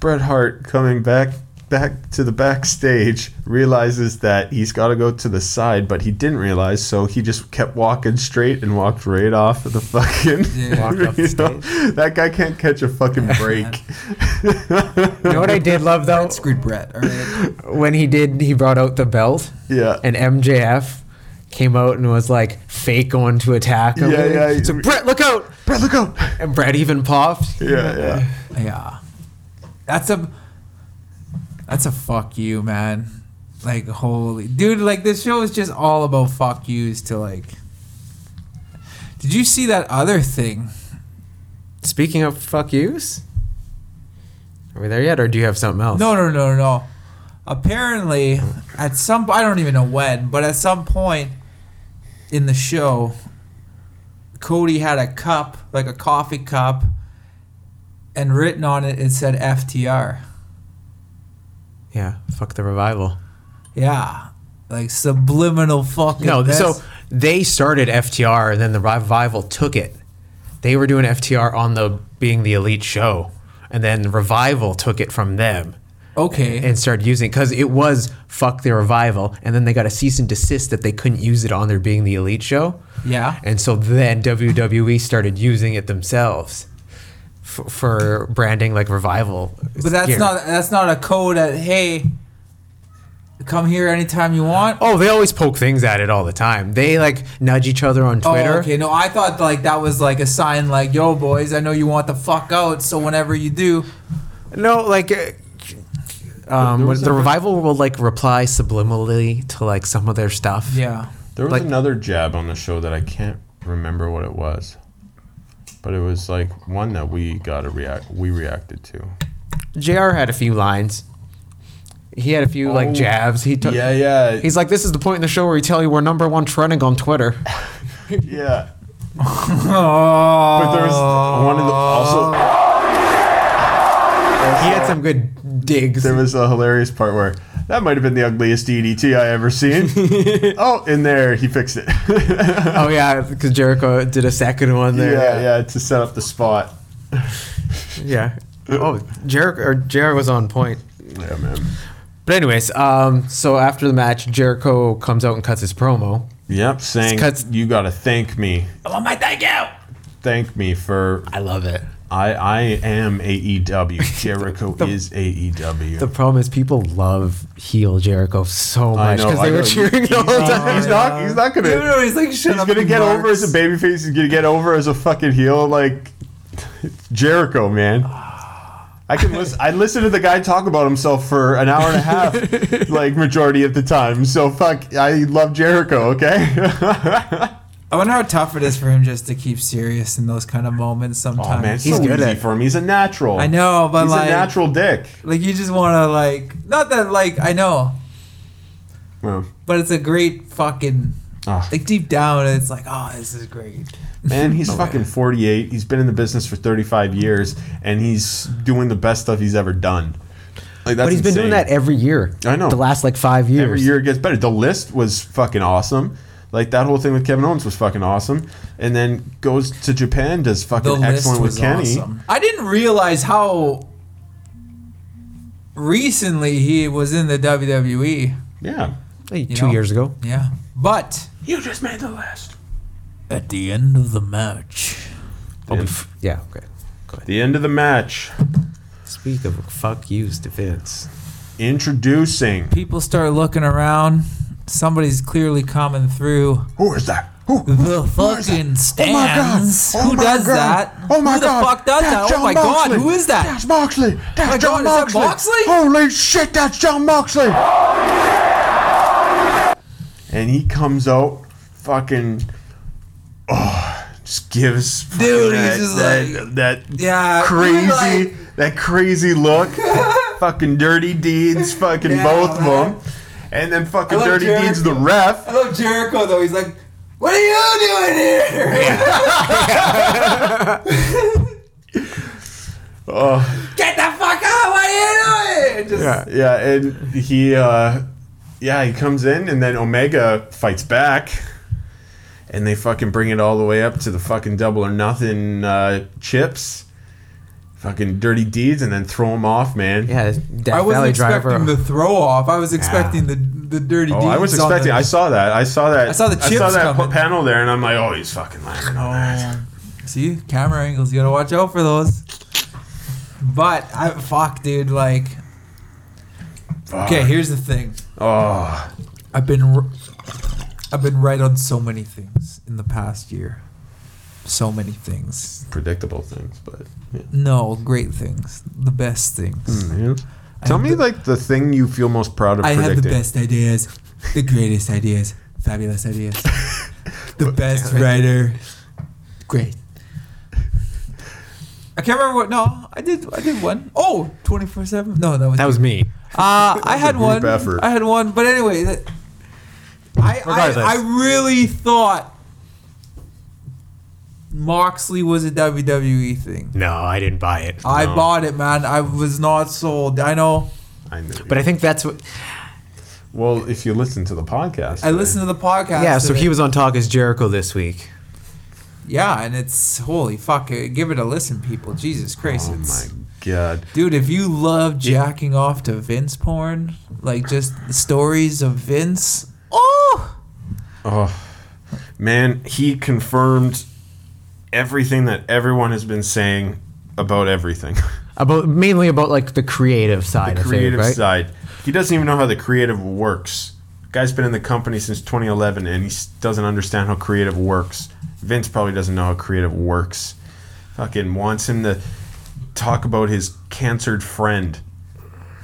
S3: Bret Hart coming back back to the backstage realizes that he's got to go to the side, but he didn't realize, so he just kept walking straight and walked right off of the
S2: *laughs*
S3: fucking.
S2: Walked up the
S3: *laughs* you know, that guy can't catch a
S2: *laughs*
S3: fucking break. *laughs*
S2: You know what I did love though?
S1: Screwed Brett. All right.
S2: When he did, he brought out the belt.
S3: Yeah.
S2: And MJF came out and was like fake going to attack him.
S3: Yeah, yeah.
S2: So Brett, look out!
S3: Brett, look out!
S2: And Brett even popped.
S3: Yeah, yeah.
S1: Yeah, that's a that's a fuck you, man. Like holy dude, like this show is just all about fuck yous to like. Did you see that other thing?
S2: Speaking of fuck yous, are we there yet, or do you have something else?
S1: No, no, no, no. Apparently, at some I don't even know when, but at some point in the show, Cody had a cup, like a coffee cup, and written on it it said FTR.
S2: Yeah, fuck the revival.
S1: Yeah. Like subliminal fucking
S2: No,
S1: mess.
S2: so they started FTR, and then the revival took it. They were doing FTR on the being the elite show, and then revival took it from them.
S1: okay.
S2: and started using it because it was fuck the revival and then they got a cease and desist that they couldn't use it on their being the elite show
S1: Yeah.
S2: and so then wwe started using it themselves for, for branding like revival
S1: but that's
S2: gear.
S1: not that's not a code that hey come here anytime you want.
S2: oh they always poke things at it all the time they like nudge each other on twitter
S1: Oh, okay. No, I thought like that was like a sign, like, "Yo, boys, I know you want the fuck out, so whenever you do,
S2: no like uh, um, when the revival will like reply subliminally to like some of their stuff
S1: yeah."
S3: There was
S2: Like-
S3: another jab on the show that I can't remember what it was, but it was like one that we got to react. We reacted to.
S2: jr had a few lines he had a few like
S3: Oh.
S2: jabs he took
S3: Yeah, yeah,
S2: He's like, this is the point in the show where we tell you we're number one trending on Twitter.
S3: yeah.
S1: Oh,
S3: But there was one of the also
S2: He had some good digs.
S3: there was a hilarious part where that might have been the ugliest DDT I ever *laughs* seen. oh, in there he fixed it. yeah,
S2: oh yeah, because Jericho did a second one there.
S3: yeah, to set up the spot.
S2: yeah. Oh, Jericho or Jericho was on point.
S3: Yeah, man.
S2: But anyways, um, so after the match, Jericho comes out and cuts his promo.
S3: Yep, saying
S2: Cuts-
S3: you got to thank me,
S1: I want my thank you.
S3: thank me for
S2: I love it.
S3: I I am *laughs* AEW. Jericho is E AEW.
S2: The problem is people love heel Jericho so
S3: I
S2: much
S3: know,
S2: because
S3: I
S2: they were
S3: know.
S2: cheering
S3: He's
S2: the whole
S3: not-
S2: time.
S3: He's not. He's not gonna.
S1: No, no, he's like, shut
S3: he's
S1: up,
S3: gonna
S1: you
S3: get
S1: marks.
S3: over as a babyface. He's gonna get over as a fucking heel. Like it's Jericho, man. I can listen. I listened to the guy talk about himself for an hour and a *laughs* half, like majority of the time. So fuck. I love Jericho.
S2: *laughs*
S3: Okay.
S1: I wonder how tough it is for him just to keep serious in those kind of moments
S3: Oh,
S1: sometimes.
S2: He's good at it.
S3: for him. He's a natural.
S1: I know, but
S3: he's
S1: like,
S3: a natural dick.
S1: like you just want to like, not that like I know,
S3: Well,
S1: but it's a great fucking.
S3: ah.
S1: Like deep down, it's like, oh, this is great.
S3: Man,
S2: *laughs*
S3: he's fucking 48. He's been in the business for 35 years, and he's doing the best stuff he's ever done. Like that's
S2: But he's been doing
S3: insane.
S2: that every year.
S3: I know.
S2: The last like five years.
S3: Every year it gets better. The list was fucking awesome. Like that whole thing with Kevin Owens was fucking awesome. And then goes to Japan, does
S1: The
S3: fucking
S1: list
S3: excellent
S1: was
S3: with Kenny.
S1: awesome. I didn't realize how recently he was in the WWE.
S3: Yeah.
S2: Hey,
S1: You
S2: two
S1: know?
S2: years ago.
S1: Yeah, but
S3: You just made the list.
S1: at the end of the match,
S2: Oh, bef- yeah. Okay. Go ahead.
S3: The end of the match.
S2: Speak of fuck yous to Vince.
S3: Introducing.
S1: People start looking around. Somebody's clearly coming through
S3: Who is that? Who?
S1: the
S3: Who
S1: fucking
S3: is that? Oh my God.
S1: stands.
S3: Oh
S1: Who
S3: my
S1: does
S3: God.
S1: that?
S3: Oh my
S1: Who the
S3: God.
S1: fuck does
S3: That's
S1: that?
S3: John
S1: oh my
S3: Moxley.
S1: god, who is that? Oh
S3: That's Moxley. That's
S1: my
S3: John
S1: God, is
S3: Moxley.
S1: that Moxley?
S3: Holy shit, that's John Moxley. And he comes out fucking. Oh, just gives fucking
S1: Dude, he's
S3: that,
S1: just
S3: that, that
S1: Yeah,
S3: crazy
S1: he's
S3: that
S1: *laughs*
S3: crazy look, fucking dirty deeds, fucking
S1: Yeah,
S3: both
S1: man.
S3: of them, and then fucking
S1: I love
S3: dirty
S1: Jericho.
S3: deeds the ref.
S1: I love Jericho though. He's like, "What are you doing here? *laughs*
S3: Oh,
S1: Get the fuck out! What are you doing?" Just,
S2: Yeah.
S3: *laughs* yeah, and he, uh, yeah, he comes in, and then Omega fights back, and they fucking bring it all the way up to the fucking double or nothing uh, chips, fucking dirty deeds, and then throw him off, man.
S2: Yeah, Death
S1: I wasn't
S2: Valley
S1: expecting
S2: Driver.
S1: the throw off. I was expecting the the dirty.
S3: Oh, I was
S1: deeds on
S3: expecting.
S1: the-
S3: I saw that. I saw that.
S1: I saw the
S3: I saw
S1: chips
S3: that
S1: coming.
S3: panel there, and I'm like, oh, he's fucking laughing. on that.
S1: See, camera angles. You gotta watch out for those. But I fuck, dude. Like, okay, here's the thing.
S3: Oh,
S1: I've been, r- I've been right on so many things in the past year. So many things.
S3: predictable things, but yeah.
S1: No, great things. The best
S3: Hmm.
S1: things. I
S3: Tell
S1: have
S3: me
S1: the-
S3: like the thing you feel most proud of
S1: Hmm, I have the
S3: predicting.
S1: best ideas, the greatest ideas, fabulous ideas, the best writer. Great. I can't remember what. No, I did. I did one. Oh, 24 seven. No, that was.
S2: That was me.
S1: Uh, I had
S3: group
S1: one.
S3: effort.
S1: I had one. But anyway, that, I, I
S2: Regardless.
S1: I really thought Moxley was a WWE thing.
S2: No, I didn't buy it.
S1: I
S3: No.
S1: bought it, man. I was not sold. I know.
S3: I know.
S2: But I think that's what.
S3: well, if you listen to the podcast,
S1: I listened to the podcast.
S2: Yeah, so
S1: today.
S2: he was on Talk as Jericho this week.
S1: Yeah, and it's holy fuck. uh, Give it a listen, people. Jesus Christ.
S3: Oh my
S1: it's-
S3: god!
S1: Dude, if you love jacking off to Vince porn, like just stories of Vince, oh,
S3: Oh man, he confirmed everything that everyone has been saying about everything.
S2: About mainly about like the creative side of
S3: creative
S2: it, right?
S3: side. He doesn't even know how the creative works. Guy's been in the company since 2011 and he s- doesn't understand how creative works. Vince probably doesn't know how creative works. Fucking wants him to talk about his cancered friend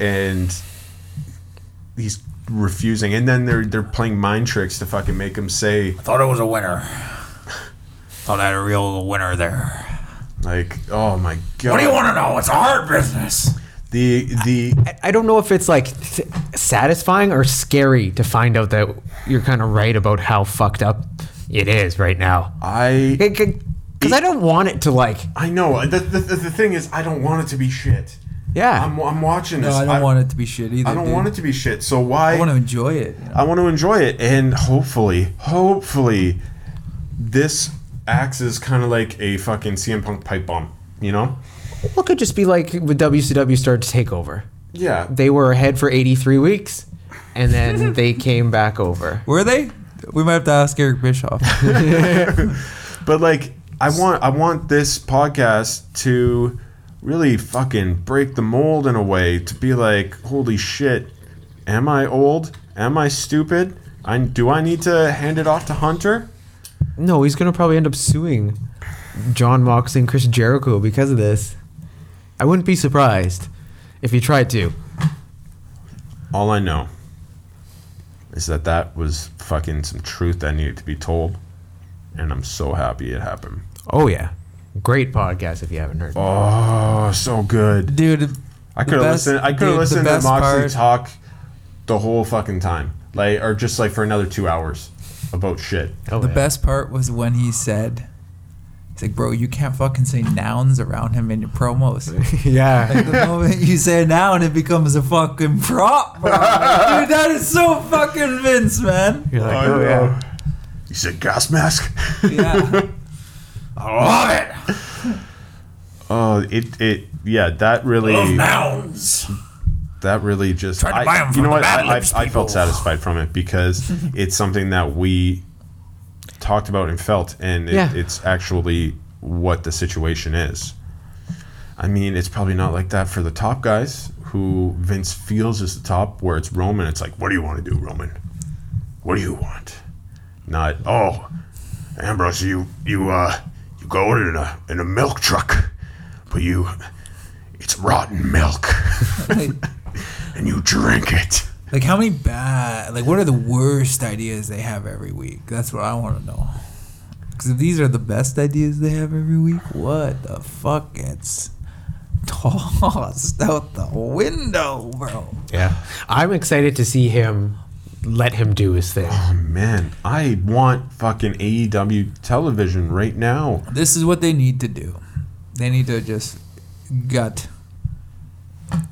S3: and he's refusing. And then they're they're playing mind tricks to fucking make him say
S1: thought it was a winner. Thought I had a real winner there.
S3: like, "Oh my god."
S1: to know? It's a hard business.
S3: The the
S2: I- I don't know if it's like s- satisfying or scary to find out that you're kind of right about how fucked up it is right now.
S3: I
S2: Because I don't want it to like.
S3: I know. The, the, the the thing is I don't want it to be shit.
S2: Yeah.
S1: Um,
S3: I'm, I'm watching
S1: No,
S3: this.
S1: I don't want it to be shit either.
S3: I don't want it to be shit. So why?
S1: I want to enjoy it. you know?
S3: I want to enjoy it, and hopefully, hopefully, this acts as kind of like a fucking CM Punk pipe bomb. You know?
S2: Well, it could just be like when WCW started to take over.
S3: Yeah.
S2: They were ahead for 83 weeks, and
S1: *laughs*
S2: then they came back over.
S1: Were they? We might have to ask Eric Bischoff.
S3: but like, I want I want this podcast to really fucking break the mold in a way to be like, holy shit, am I old? Am I stupid? I do I need to hand it off to Hunter?
S2: No, he's gonna probably end up suing John Moxley and Chris Jericho because of this. I wouldn't be surprised if he tried to.
S3: All I know is that that was fucking some truth that needed to be told, and I'm so happy it happened.
S2: Oh yeah, great podcast if you haven't heard.
S3: Oh, so
S1: *laughs*
S3: good.
S1: Dude, The
S3: I could have
S1: best-
S3: listened. I could
S1: dude,
S3: have
S1: the
S3: listened to
S1: best
S3: Moxley
S1: part-
S3: talk the whole fucking time, like or just like for another two hours about shit.
S2: Oh,
S1: The
S2: yeah.
S1: best part was when he said, "He's like, bro, you can't fucking say nouns around him in your promos.
S3: *laughs*
S2: *laughs* Yeah.
S1: like *laughs* the moment you say a noun, it becomes a fucking prop,
S3: *laughs*
S1: bro. Like, dude. That is so fucking Vince, man.
S3: *laughs*
S2: You're like,
S3: I
S2: oh,
S3: know.
S2: yeah.
S3: You said gas mask. *laughs*
S1: Yeah, I love it.
S3: Oh, it it yeah. That really
S1: nouns.
S3: that really just
S1: Tried to
S3: I,
S1: buy 'em
S3: you
S1: from
S3: know
S1: the
S3: what
S1: Bad
S3: I, I,
S1: Lips
S3: I
S1: people.
S3: felt satisfied from
S1: *laughs*
S3: it because it's something that we talked about and felt and it,
S2: Yeah.
S3: it's actually what the situation is i mean it's probably not like that for the top guys who Vince feels is the top, where it's Roman. It's like, what do you want to do, Roman? What do you want? Not oh, Ambrose, you you uh you go in a in a milk truck, but you it's rotten milk *laughs*
S1: Like,
S3: and you drink it.
S1: like, how many bad? Like, what are the worst ideas they have every week? That's what I want to know. Because if these are the best ideas they have every week, what the fuck gets *laughs* tossed out the window, bro?
S2: Yeah. *sighs* I'm excited to see him let him do his thing.
S3: Oh man, I want fucking AEW television right now.
S1: This is what they need to do. They need to just gut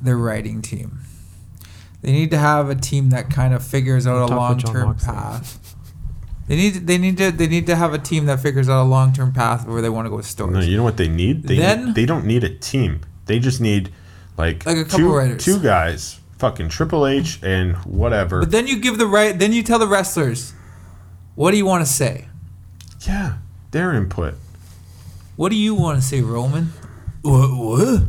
S1: their writing team. They need to have a team that kind of figures out a
S2: Talk with John
S1: long-term
S2: Moxley.
S1: path. They need they need to they need to have a team that figures out a long-term path where they want to go with stories.
S3: No, you know what they need? They
S1: Then-
S3: they don't need a team. They just need like,
S1: Like a couple
S3: two,
S1: writers.
S3: two guys, fucking Triple H and whatever.
S1: But then you give the right then you tell the wrestlers, what do you want to say?
S3: yeah, their input.
S1: What do you want to say, Roman? What? what?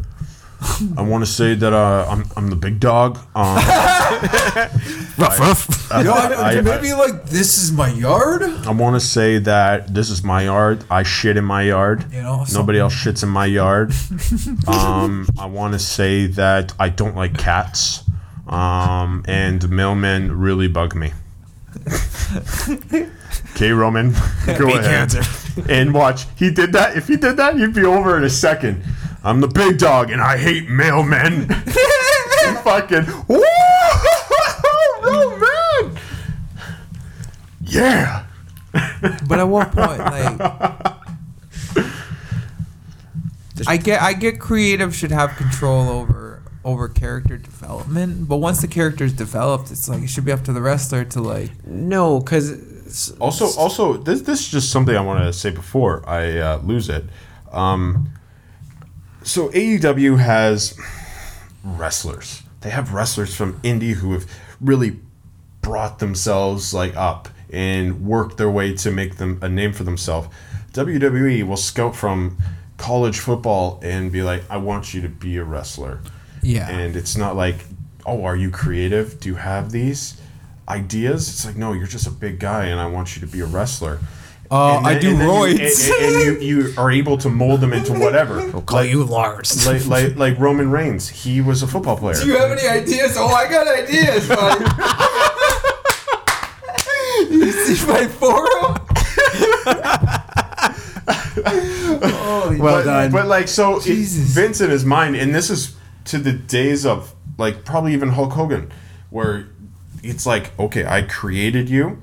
S3: I want to say that uh, I'm I'm the big dog. Um,
S2: Ruff, ruff.
S3: I, I-
S1: maybe like this is my yard.
S3: I want to say that this is my yard. I shit in my yard.
S1: You know, some-
S3: Nobody else shits in my yard. um, I want to say that I don't like cats. Um, and mailmen really bug me. okay, Roman, *laughs* go ahead and watch. He did that. If he did that, he'd be over in a second. I'm the big dog, and I hate mailmen. *laughs* fucking woo, Roman. Yeah.
S1: But at what point, like, I get, I get, creative should have control over over character development. But once the character is developed, it's like it should be up to the wrestler to like.
S2: No, because
S3: Also, also, this this is just something I want to say before I uh, lose it. Um, so AEW has wrestlers. They have wrestlers from indie who have really brought themselves like up and worked their way to make them a name for themselves. WWE will scout from college football and be like, "I want you to be a wrestler."
S1: Yeah.
S3: And it's not like, "Oh, are you creative? Do you have these ideas?" It's like, "No, you're just a big guy and I want you to be a wrestler."
S1: Uh, I do
S3: you-
S1: roids.
S3: and- and- and you, you are able to mold them into
S2: *laughs*
S3: whatever.
S2: call you Lars.
S3: like, like like Roman Reigns, he was a football player.
S1: have any ideas? Oh, I got ideas, buddy. *laughs* you see my forum? *laughs* Holy
S2: Well
S3: but,
S2: done.
S3: but like so it,
S1: Jesus.
S3: Vince in his mind, and this is to the days of like probably even Hulk Hogan, where it's like, okay, I created you.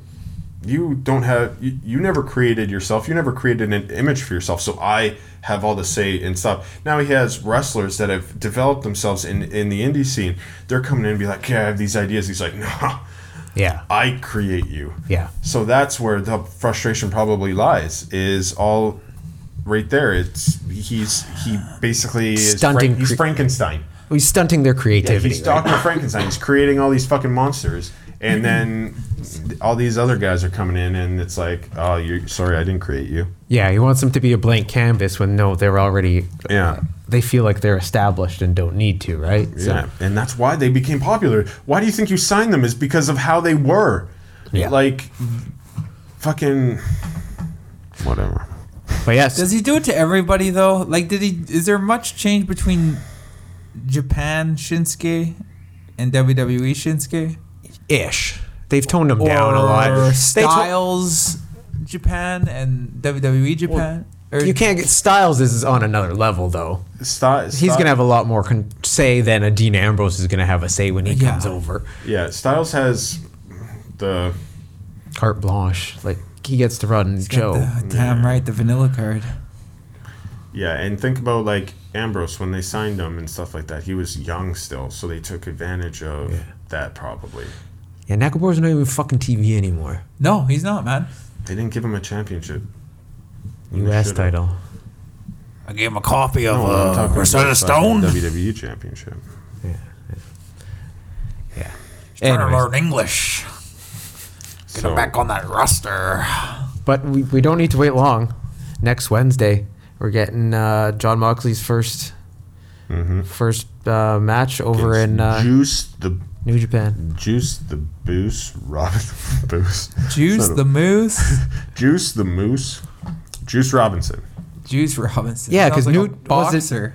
S3: You don't have you, you never created yourself. You never created an image for yourself. So I have all the say and stuff. Now he has wrestlers that have developed themselves in in the indie scene. They're coming in and be like, yeah, I have these ideas. He's like, *laughs* no,
S2: yeah.
S3: I create you.
S2: Yeah.
S3: So that's where the frustration probably lies. Is all right there. It's he's he basically is Frank-
S2: Stunting
S3: he's
S2: cre-
S3: Frankenstein.
S2: He's stunting their creativity.
S3: He's
S2: right?
S3: Doctor Frankenstein. He's creating all these fucking monsters,
S2: *clears throat*
S3: and then all these other guys are coming in, and it's like, oh, you're sorry, I didn't create you.
S2: Yeah, he wants them to be a blank canvas when no, they're already.
S3: Yeah.
S2: They feel like they're established and don't need to, right? So-
S3: Yeah, and that's why they became popular. Why do you think you signed them? Is because of how they were.
S2: Yeah.
S3: Like, fucking, whatever.
S2: But yes,
S1: Does he do it to everybody though? Like, did he? Is there much change between Japan Shinsuke and WWE Shinsuke
S2: ish. They've toned him
S1: or
S2: down a lot. They to-
S1: Styles Japan and WWE Japan? or
S2: you can't get Styles is on another level though.
S3: Sti-
S2: He's gonna have a lot more con- say than a Dean Ambrose is gonna have a say when he
S1: Yeah.
S2: comes over.
S3: Yeah, Styles has the
S2: Carte blanche, like he gets to run
S1: Got
S2: Joe.
S1: the- damn right, the vanilla card.
S3: yeah, and think about like Ambrose when they signed him and stuff like that. He was young still, so they took advantage of that probably.
S2: Yeah, Nakamura's not even fucking TV anymore.
S1: No, he's not, man.
S3: They didn't give him a championship. When they
S2: U.S.
S3: should've.
S2: title.
S1: I gave him a copy of uh,
S3: No, I'm talking about
S1: Rosetta
S3: the
S1: Stone.
S3: WWE E championship.
S2: Yeah.
S1: Trying to
S2: Anyways,
S1: learn English. Get
S3: So-
S1: him back on that roster.
S2: but we, we don't need to wait long. Next Wednesday, we're getting uh, John Moxley's first
S3: Mm-hmm.
S2: First uh, match over in uh,
S3: Juice the
S2: New Japan.
S3: Juice the Boost Robin *laughs* Boost
S1: Juice the Moose, *laughs*
S3: Juice the Moose Juice Robinson.
S1: Juice Robinson.
S2: Yeah,
S1: Sounds
S2: 'cause
S1: like a
S2: Newt wasn't-
S1: boxer.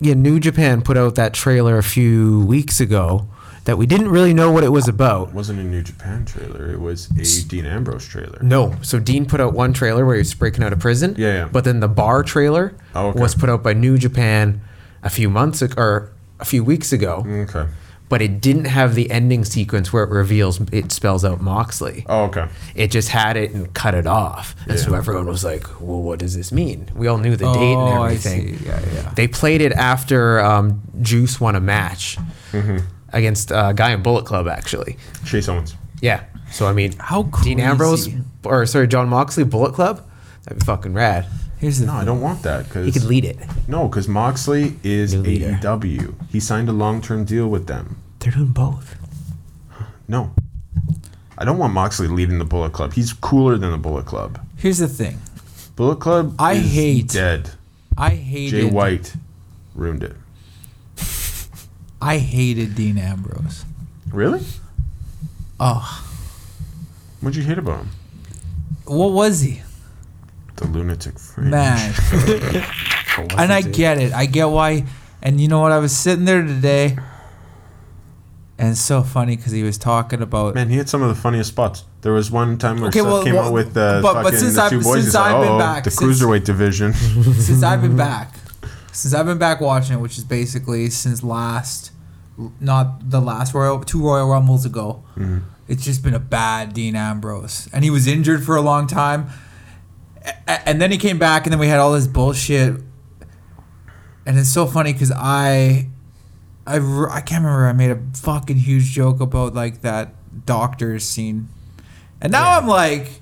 S2: Yeah, New Japan put out that trailer a few weeks ago that we didn't really know what it was about.
S3: wasn't a New Japan trailer. It was a Dean Ambrose trailer.
S2: No. So Dean put out one trailer where he was breaking out of prison.
S3: Yeah, yeah.
S2: But then the bar trailer
S3: Oh, okay.
S2: was put out by New Japan a few months ago, or a few weeks ago.
S3: Okay.
S2: But it didn't have the ending sequence where it reveals it spells out Moxley.
S3: Oh, okay.
S2: It just had it and cut it off. And so
S3: Yeah.
S2: everyone was like, well, what does this mean? We all knew the date and
S1: Oh, I
S2: everything.
S1: see. Yeah, yeah.
S2: They played it after um, Juice won a match Mm-hmm. against a guy in Bullet Club, actually.
S3: Chase Owens.
S2: Yeah. So I mean,
S1: How
S2: Dean Ambrose
S1: crazy.
S2: or sorry, John Moxley Bullet Club? That'd be fucking rad.
S1: Here's the
S3: No, I don't want that
S2: He could
S3: because
S2: lead it.
S3: no, because Moxley is
S2: New leader.
S3: AEW. He signed a long-term deal with them.
S2: They're doing both.
S3: No, I don't want Moxley leading the Bullet Club. He's cooler than the Bullet Club.
S1: here's the thing.
S3: Bullet Club.
S1: I
S3: is
S1: hate-
S3: dead.
S1: I
S3: Jay
S1: hated
S3: White ruined it.
S1: I hated Dean Ambrose.
S3: Really?
S1: Oh,
S3: What'd you hate about him?
S1: what was he?
S3: The lunatic fringe. *laughs*
S1: Man. and I get it. I get why. And you know what? I was sitting there today, and it's so funny because he was talking about.
S3: Man, he had some of the funniest spots. There was one time where
S1: Okay,
S3: Seth
S1: well-
S3: came
S1: well,
S3: out with uh,
S1: but- but
S3: fucking
S1: since
S3: the
S1: I've-
S3: two boys.
S1: since
S3: He's like,
S1: I've been
S3: oh,
S1: back,
S3: the
S1: since- *laughs*
S3: cruiserweight division.
S1: since I've been back, since I've been back watching, which is basically since last, not the last Royal, two Royal Rumbles ago. It's just been a bad Dean Ambrose, and he was injured for a long time, A- a- and then he came back, and then we had all this bullshit, and it's so funny because I, I, re- I can't remember. I made a fucking huge joke about like that doctor scene, and now I'm like.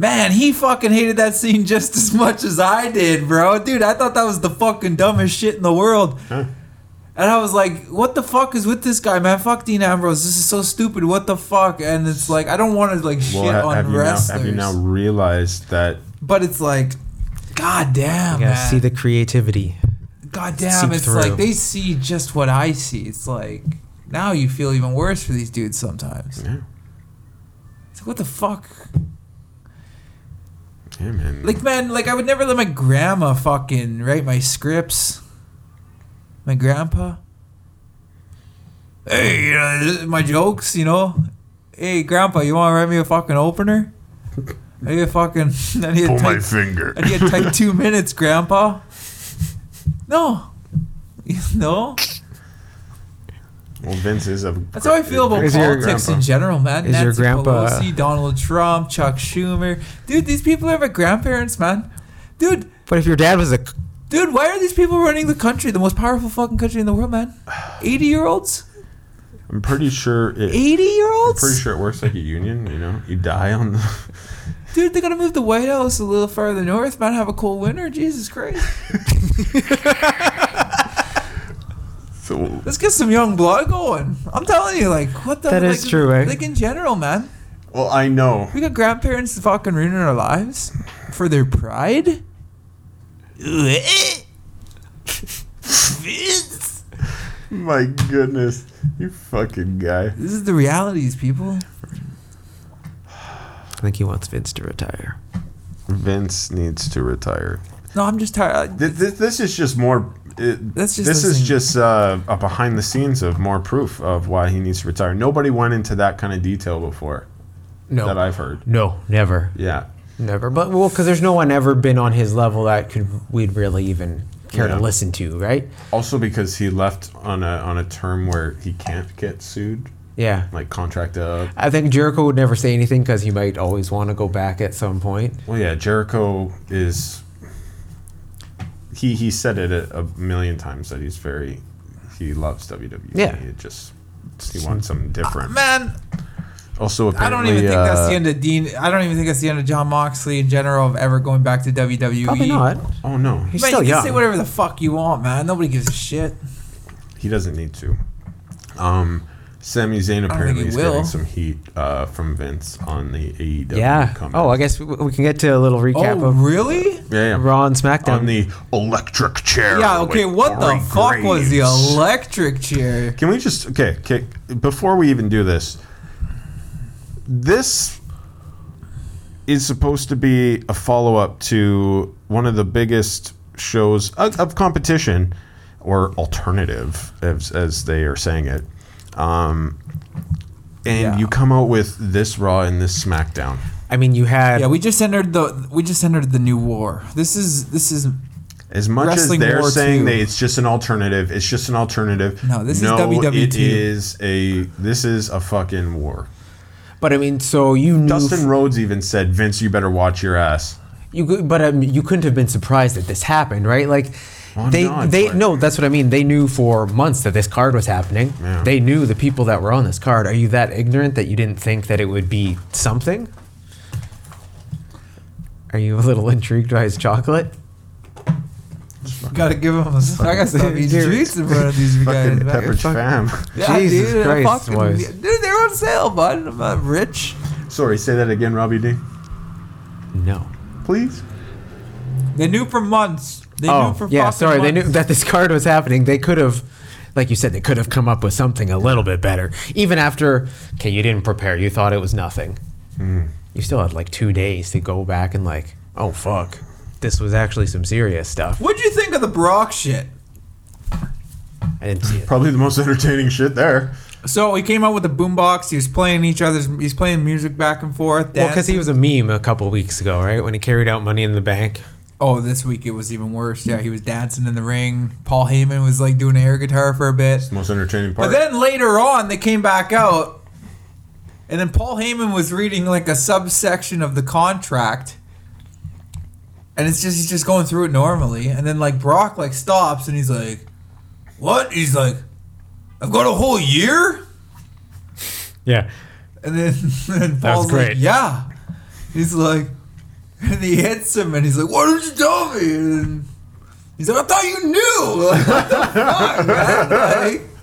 S1: Man, he fucking hated that scene just as much as I did, bro. Dude, I thought that was the fucking dumbest shit in the world. And I was like, what the fuck is with this guy, man? Fuck Dean Ambrose. This is so stupid. What the fuck? And it's like, I don't want to like shit
S3: well, ha-
S1: on
S3: have, you now,
S1: wrestlers.
S3: have you now realized that
S1: But it's like, god damn,
S2: Yeah,
S1: man.
S2: see the creativity.
S1: god damn.
S2: seep
S1: It's
S2: through.
S1: like they see just what I see. It's like, now you feel even worse for these dudes sometimes.
S3: Yeah.
S1: It's like, what the fuck?
S3: Yeah, man.
S1: Like man, like I would never let my grandma fucking write my scripts. My grandpa. Hey, you know this is my jokes, you know. Hey, grandpa, you want to write me a fucking opener? I need a fucking. *laughs* I need a type,
S3: finger.
S1: I need a
S3: *laughs*
S1: type two minutes, grandpa. No, no.
S3: well, Vince is a.
S1: That's how I feel about
S2: Is your
S1: politics in
S3: grandpa-
S1: general, man.
S2: is your
S1: Nancy
S2: grandpa- uh,
S1: Pelosi, Donald Trump, Chuck Schumer, dude. These people are my grandparents, man. Dude,
S2: But if your dad was a
S1: Dude, why are these people running the country? The most powerful fucking country in the world, man. 80 year olds?
S3: I'm pretty sure it.
S1: 80 year
S3: I'm pretty
S1: olds?
S3: sure it works like a union. You know, you die on the. *laughs*
S1: Dude, they're gonna move the White House a little farther north, man. Have a cold winter. Jesus Christ.
S3: So,
S1: Let's get some young blood going. I'm telling you, like, what the
S2: That
S1: like,
S2: is true, eh?
S1: Like, in general, man.
S3: well, I know.
S1: We got grandparents fucking ruining our lives for their pride. this
S3: My goodness, you fucking guy.
S1: is the realities, people.
S2: I think he wants Vince to retire.
S3: Vince needs to retire.
S1: No, I'm just tired.
S3: This, this, this is just more. It,
S1: That's just
S3: this
S1: listening.
S3: is just uh, a behind the scenes of more proof of why he needs to retire. Nobody went into that kind of detail before
S2: No.
S3: that I've heard.
S2: no, never.
S3: Yeah,
S2: Never. But well, cuz there's no one ever been on his level that could we'd really even care
S3: Yeah.
S2: to listen to, right?
S3: Also because he left on a on a term where he can't get sued,
S2: Yeah.
S3: like contract up.
S2: I think Jericho would never say anything cuz he might always want to go back at some point.
S3: Well, yeah, Jericho is. He he said it a, a million times that he's very, he loves WWE.
S2: Yeah.
S3: he just he wants something different.
S1: Ah, Man,
S3: also,
S1: I don't
S3: apparently,
S1: even think
S3: uh,
S1: that's the end of Dean. I don't even think that's the end of John Moxley in general of ever going back to WWE.
S2: Probably not.
S3: Oh no,
S2: He's
S1: Man,
S2: still
S1: you
S2: young.
S1: can say whatever the fuck you want, man. Nobody gives a shit.
S3: he doesn't need to. Um, Sami Zayn apparently
S1: he
S3: is
S1: will.
S3: getting some heat uh, from Vince on the E AEW
S2: Yeah.
S3: comment.
S2: Oh, I guess we, we can get to a little recap
S1: Oh,
S2: of
S1: really?
S3: yeah, yeah.
S2: Raw and SmackDown.
S3: on the electric chair.
S1: Yeah, okay,
S3: with
S1: what the
S3: Corey
S1: fuck was the
S3: Graves.
S1: electric chair?
S3: Can we just okay, okay? Before we even do this, this is supposed to be a follow up to one of the biggest shows of, of competition or alternative, as, as they are saying it. Um, and
S1: Yeah.
S3: you come out with this Raw and this SmackDown.
S2: I mean, you had
S1: Yeah, we just entered the we just entered the new war. This is this is
S3: As much
S1: Wrestling
S3: as they're
S1: War
S3: saying
S1: two.
S3: that it's just an alternative, it's just an alternative.
S1: No, this is
S3: It
S1: WW2.
S3: is a this is a fucking war.
S2: But I mean, so you knew.
S3: Dustin Rhodes even said, "Vince, you better watch your ass."
S2: you could, but um, you couldn't have been surprised that this happened, right? Like,
S3: Well,
S2: they
S3: no, it's
S2: they
S3: like-
S2: no, that's what I mean. They knew for months that this card was happening.
S3: Yeah.
S2: They knew the people that were on this card. Are you that ignorant that you didn't think that it would be something? Are you a little *laughs* intrigued by his chocolate?
S1: gotta give him a I got some
S2: serious.
S1: juice in front of these guys.
S3: Fucking
S1: man.
S3: Pepperidge
S2: fuck-
S3: Fam.
S1: Yeah,
S2: Jesus
S1: dude, I
S2: Christ,
S1: fucking-
S2: boys.
S1: dude, they're on sale, bud. I'm not rich.
S3: *laughs* Sorry, say that again, Robbie D.
S2: No.
S3: Please.
S1: They knew for months. They knew for
S2: Oh, yeah.
S1: fucking
S2: Sorry, they knew
S1: months.
S2: that this *laughs* card was happening. They could have, like you said, they could have come up with something a little bit better. Even after, okay, you didn't prepare. You thought it was nothing. You still had like two days to go back and like, oh fuck, this was actually some serious stuff.
S1: What'd you think of the Brock shit?
S2: I didn't see it.
S3: Probably the most entertaining shit there.
S1: So he came out with a boombox. He was playing each other's. He's playing music back and forth.
S2: Well, because
S1: dancing.
S2: he was a meme a couple weeks ago, right? When he carried out Money in the Bank.
S1: Oh, this week it was even worse. Yeah, he was dancing in the ring. Paul Heyman was like doing air guitar for a bit.
S3: The most entertaining part.
S1: But then later on, they came back out, and then Paul Heyman was reading like a subsection of the contract, and it's just he's just going through it normally, and then like Brock like stops and he's like, "What?" He's like, "I've got a whole year,"
S2: Yeah.
S1: and then *laughs* and
S2: That was
S1: Paul's
S2: great.
S1: like, "Yeah," he's like, and he hits him, and he's like, "Why didn't you tell me?" And he's like, "I thought you knew." *laughs*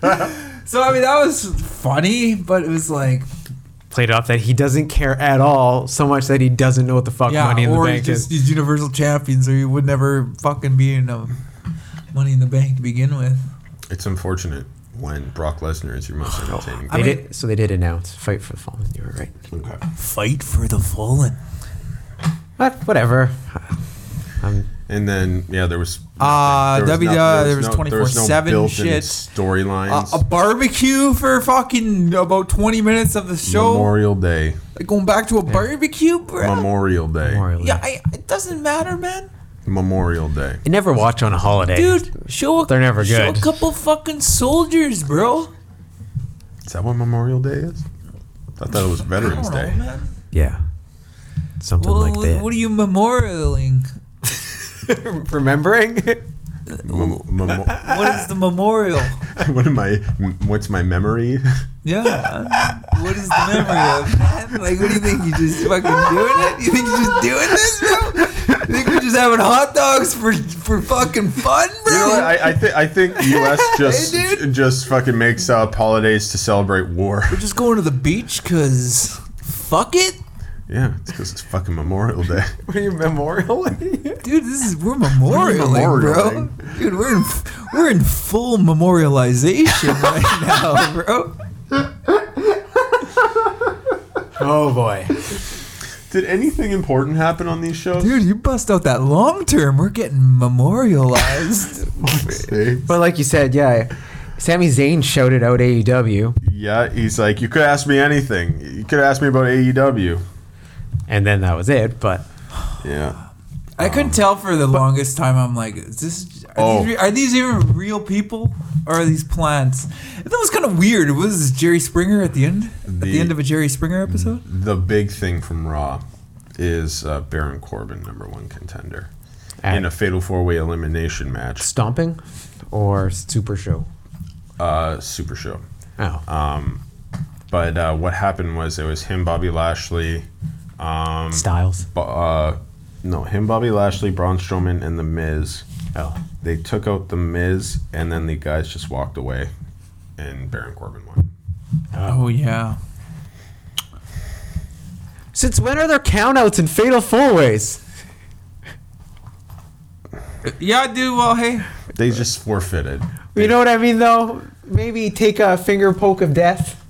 S1: Like, what the fuck, man? Like, so I mean, that was funny, but it was like,
S2: Played off that he doesn't care at all, so much that he doesn't know what the fuck
S1: yeah,
S2: Money in the
S1: or
S2: Bank
S1: just
S2: is.
S1: these universal champions, or you would never fucking be in a Money in the Bank to begin with.
S3: it's unfortunate when Brock Lesnar is your most entertaining.
S2: They
S1: I mean-
S2: did, so they did announce Fight for the Fallen. You were right.
S3: Okay.
S1: Fight for the fallen.
S2: But whatever. *sighs* I'm
S3: And then yeah, there was.
S1: Uh,
S3: there was
S1: W-
S3: no-
S1: uh, there was
S3: no- there was no
S1: 24/7
S3: built-in
S1: shit. Uh,
S3: storylines.
S1: a barbecue for fucking about 20 minutes of the show.
S3: Memorial Day.
S1: Like, going back to a barbecue, bro.
S3: Memorial Day.
S2: morally.
S1: yeah, I, it doesn't matter, man.
S3: Memorial Day.
S2: I never watch on a holiday.
S1: Dude, show a,
S2: They're never
S1: show
S2: good.
S1: a couple fucking soldiers, bro.
S3: Is that what Memorial Day is? I thought it was Veterans
S1: I don't
S3: Day.
S1: know, man.
S2: Yeah. Something
S1: Well,
S2: like that.
S1: what are you memorialing?
S2: remembering? *laughs*
S3: Mem- *laughs* memo-
S1: What is the
S2: *laughs*
S1: memorial?
S3: what am I? What's my memory? *laughs*
S1: Yeah. What is the memory of that? Like, what do you think? You just fucking doing it? You think you're just doing this, bro? You think we're just having hot dogs for for fucking fun, bro?
S3: You know what? I, I, th- I think U.S.
S1: *laughs*
S3: just
S1: Hey, dude.
S3: just fucking makes up holidays to celebrate war. *laughs*
S1: we're just going to the beach because fuck it,
S3: Yeah, it's because it's fucking Memorial Day.
S1: *laughs*
S2: What are you memorial?
S1: dude. This is we're memorialing, bro.
S3: memorialing.
S1: Dude, we're in we're in full memorialization
S3: *laughs*
S1: right now, bro.
S2: oh boy.
S3: Did anything important happen on these shows?
S1: Dude, you bust out that long term. We're getting memorialized.
S3: See?
S2: But like you said, yeah. Sami Zayn shouted out E AEW,
S3: Yeah, he's like, you could ask me anything. You could ask me about E AEW.
S2: and then that was it. But
S3: Yeah.
S1: I couldn't tell for the longest time. I'm like, is this are,
S3: Oh.
S1: these, re- are these even real people or are these plants? That was kind of weird. Was this Jerry Springer at the end? At the
S3: The-
S1: end of a Jerry Springer episode?
S3: The big thing from Raw is uh, Baron Corbin, number one contender,
S2: At-
S3: in a fatal four way elimination match,
S2: stomping or super show.
S3: uh, Super Show.
S2: Oh.
S3: But uh, what happened was it was him, Bobby Lashley, um,
S2: Styles.
S3: Bo- uh, no, him, Bobby Lashley, Braun Strowman, and The Miz.
S2: Oh.
S3: They took out The Miz, and then the guys just walked away, and Baron Corbin won.
S1: Oh yeah.
S2: Since when are there countouts in fatal four ways?
S1: Yeah, dude. Well, hey.
S3: They just forfeited.
S2: You know what I mean, though. Maybe take a finger poke of death.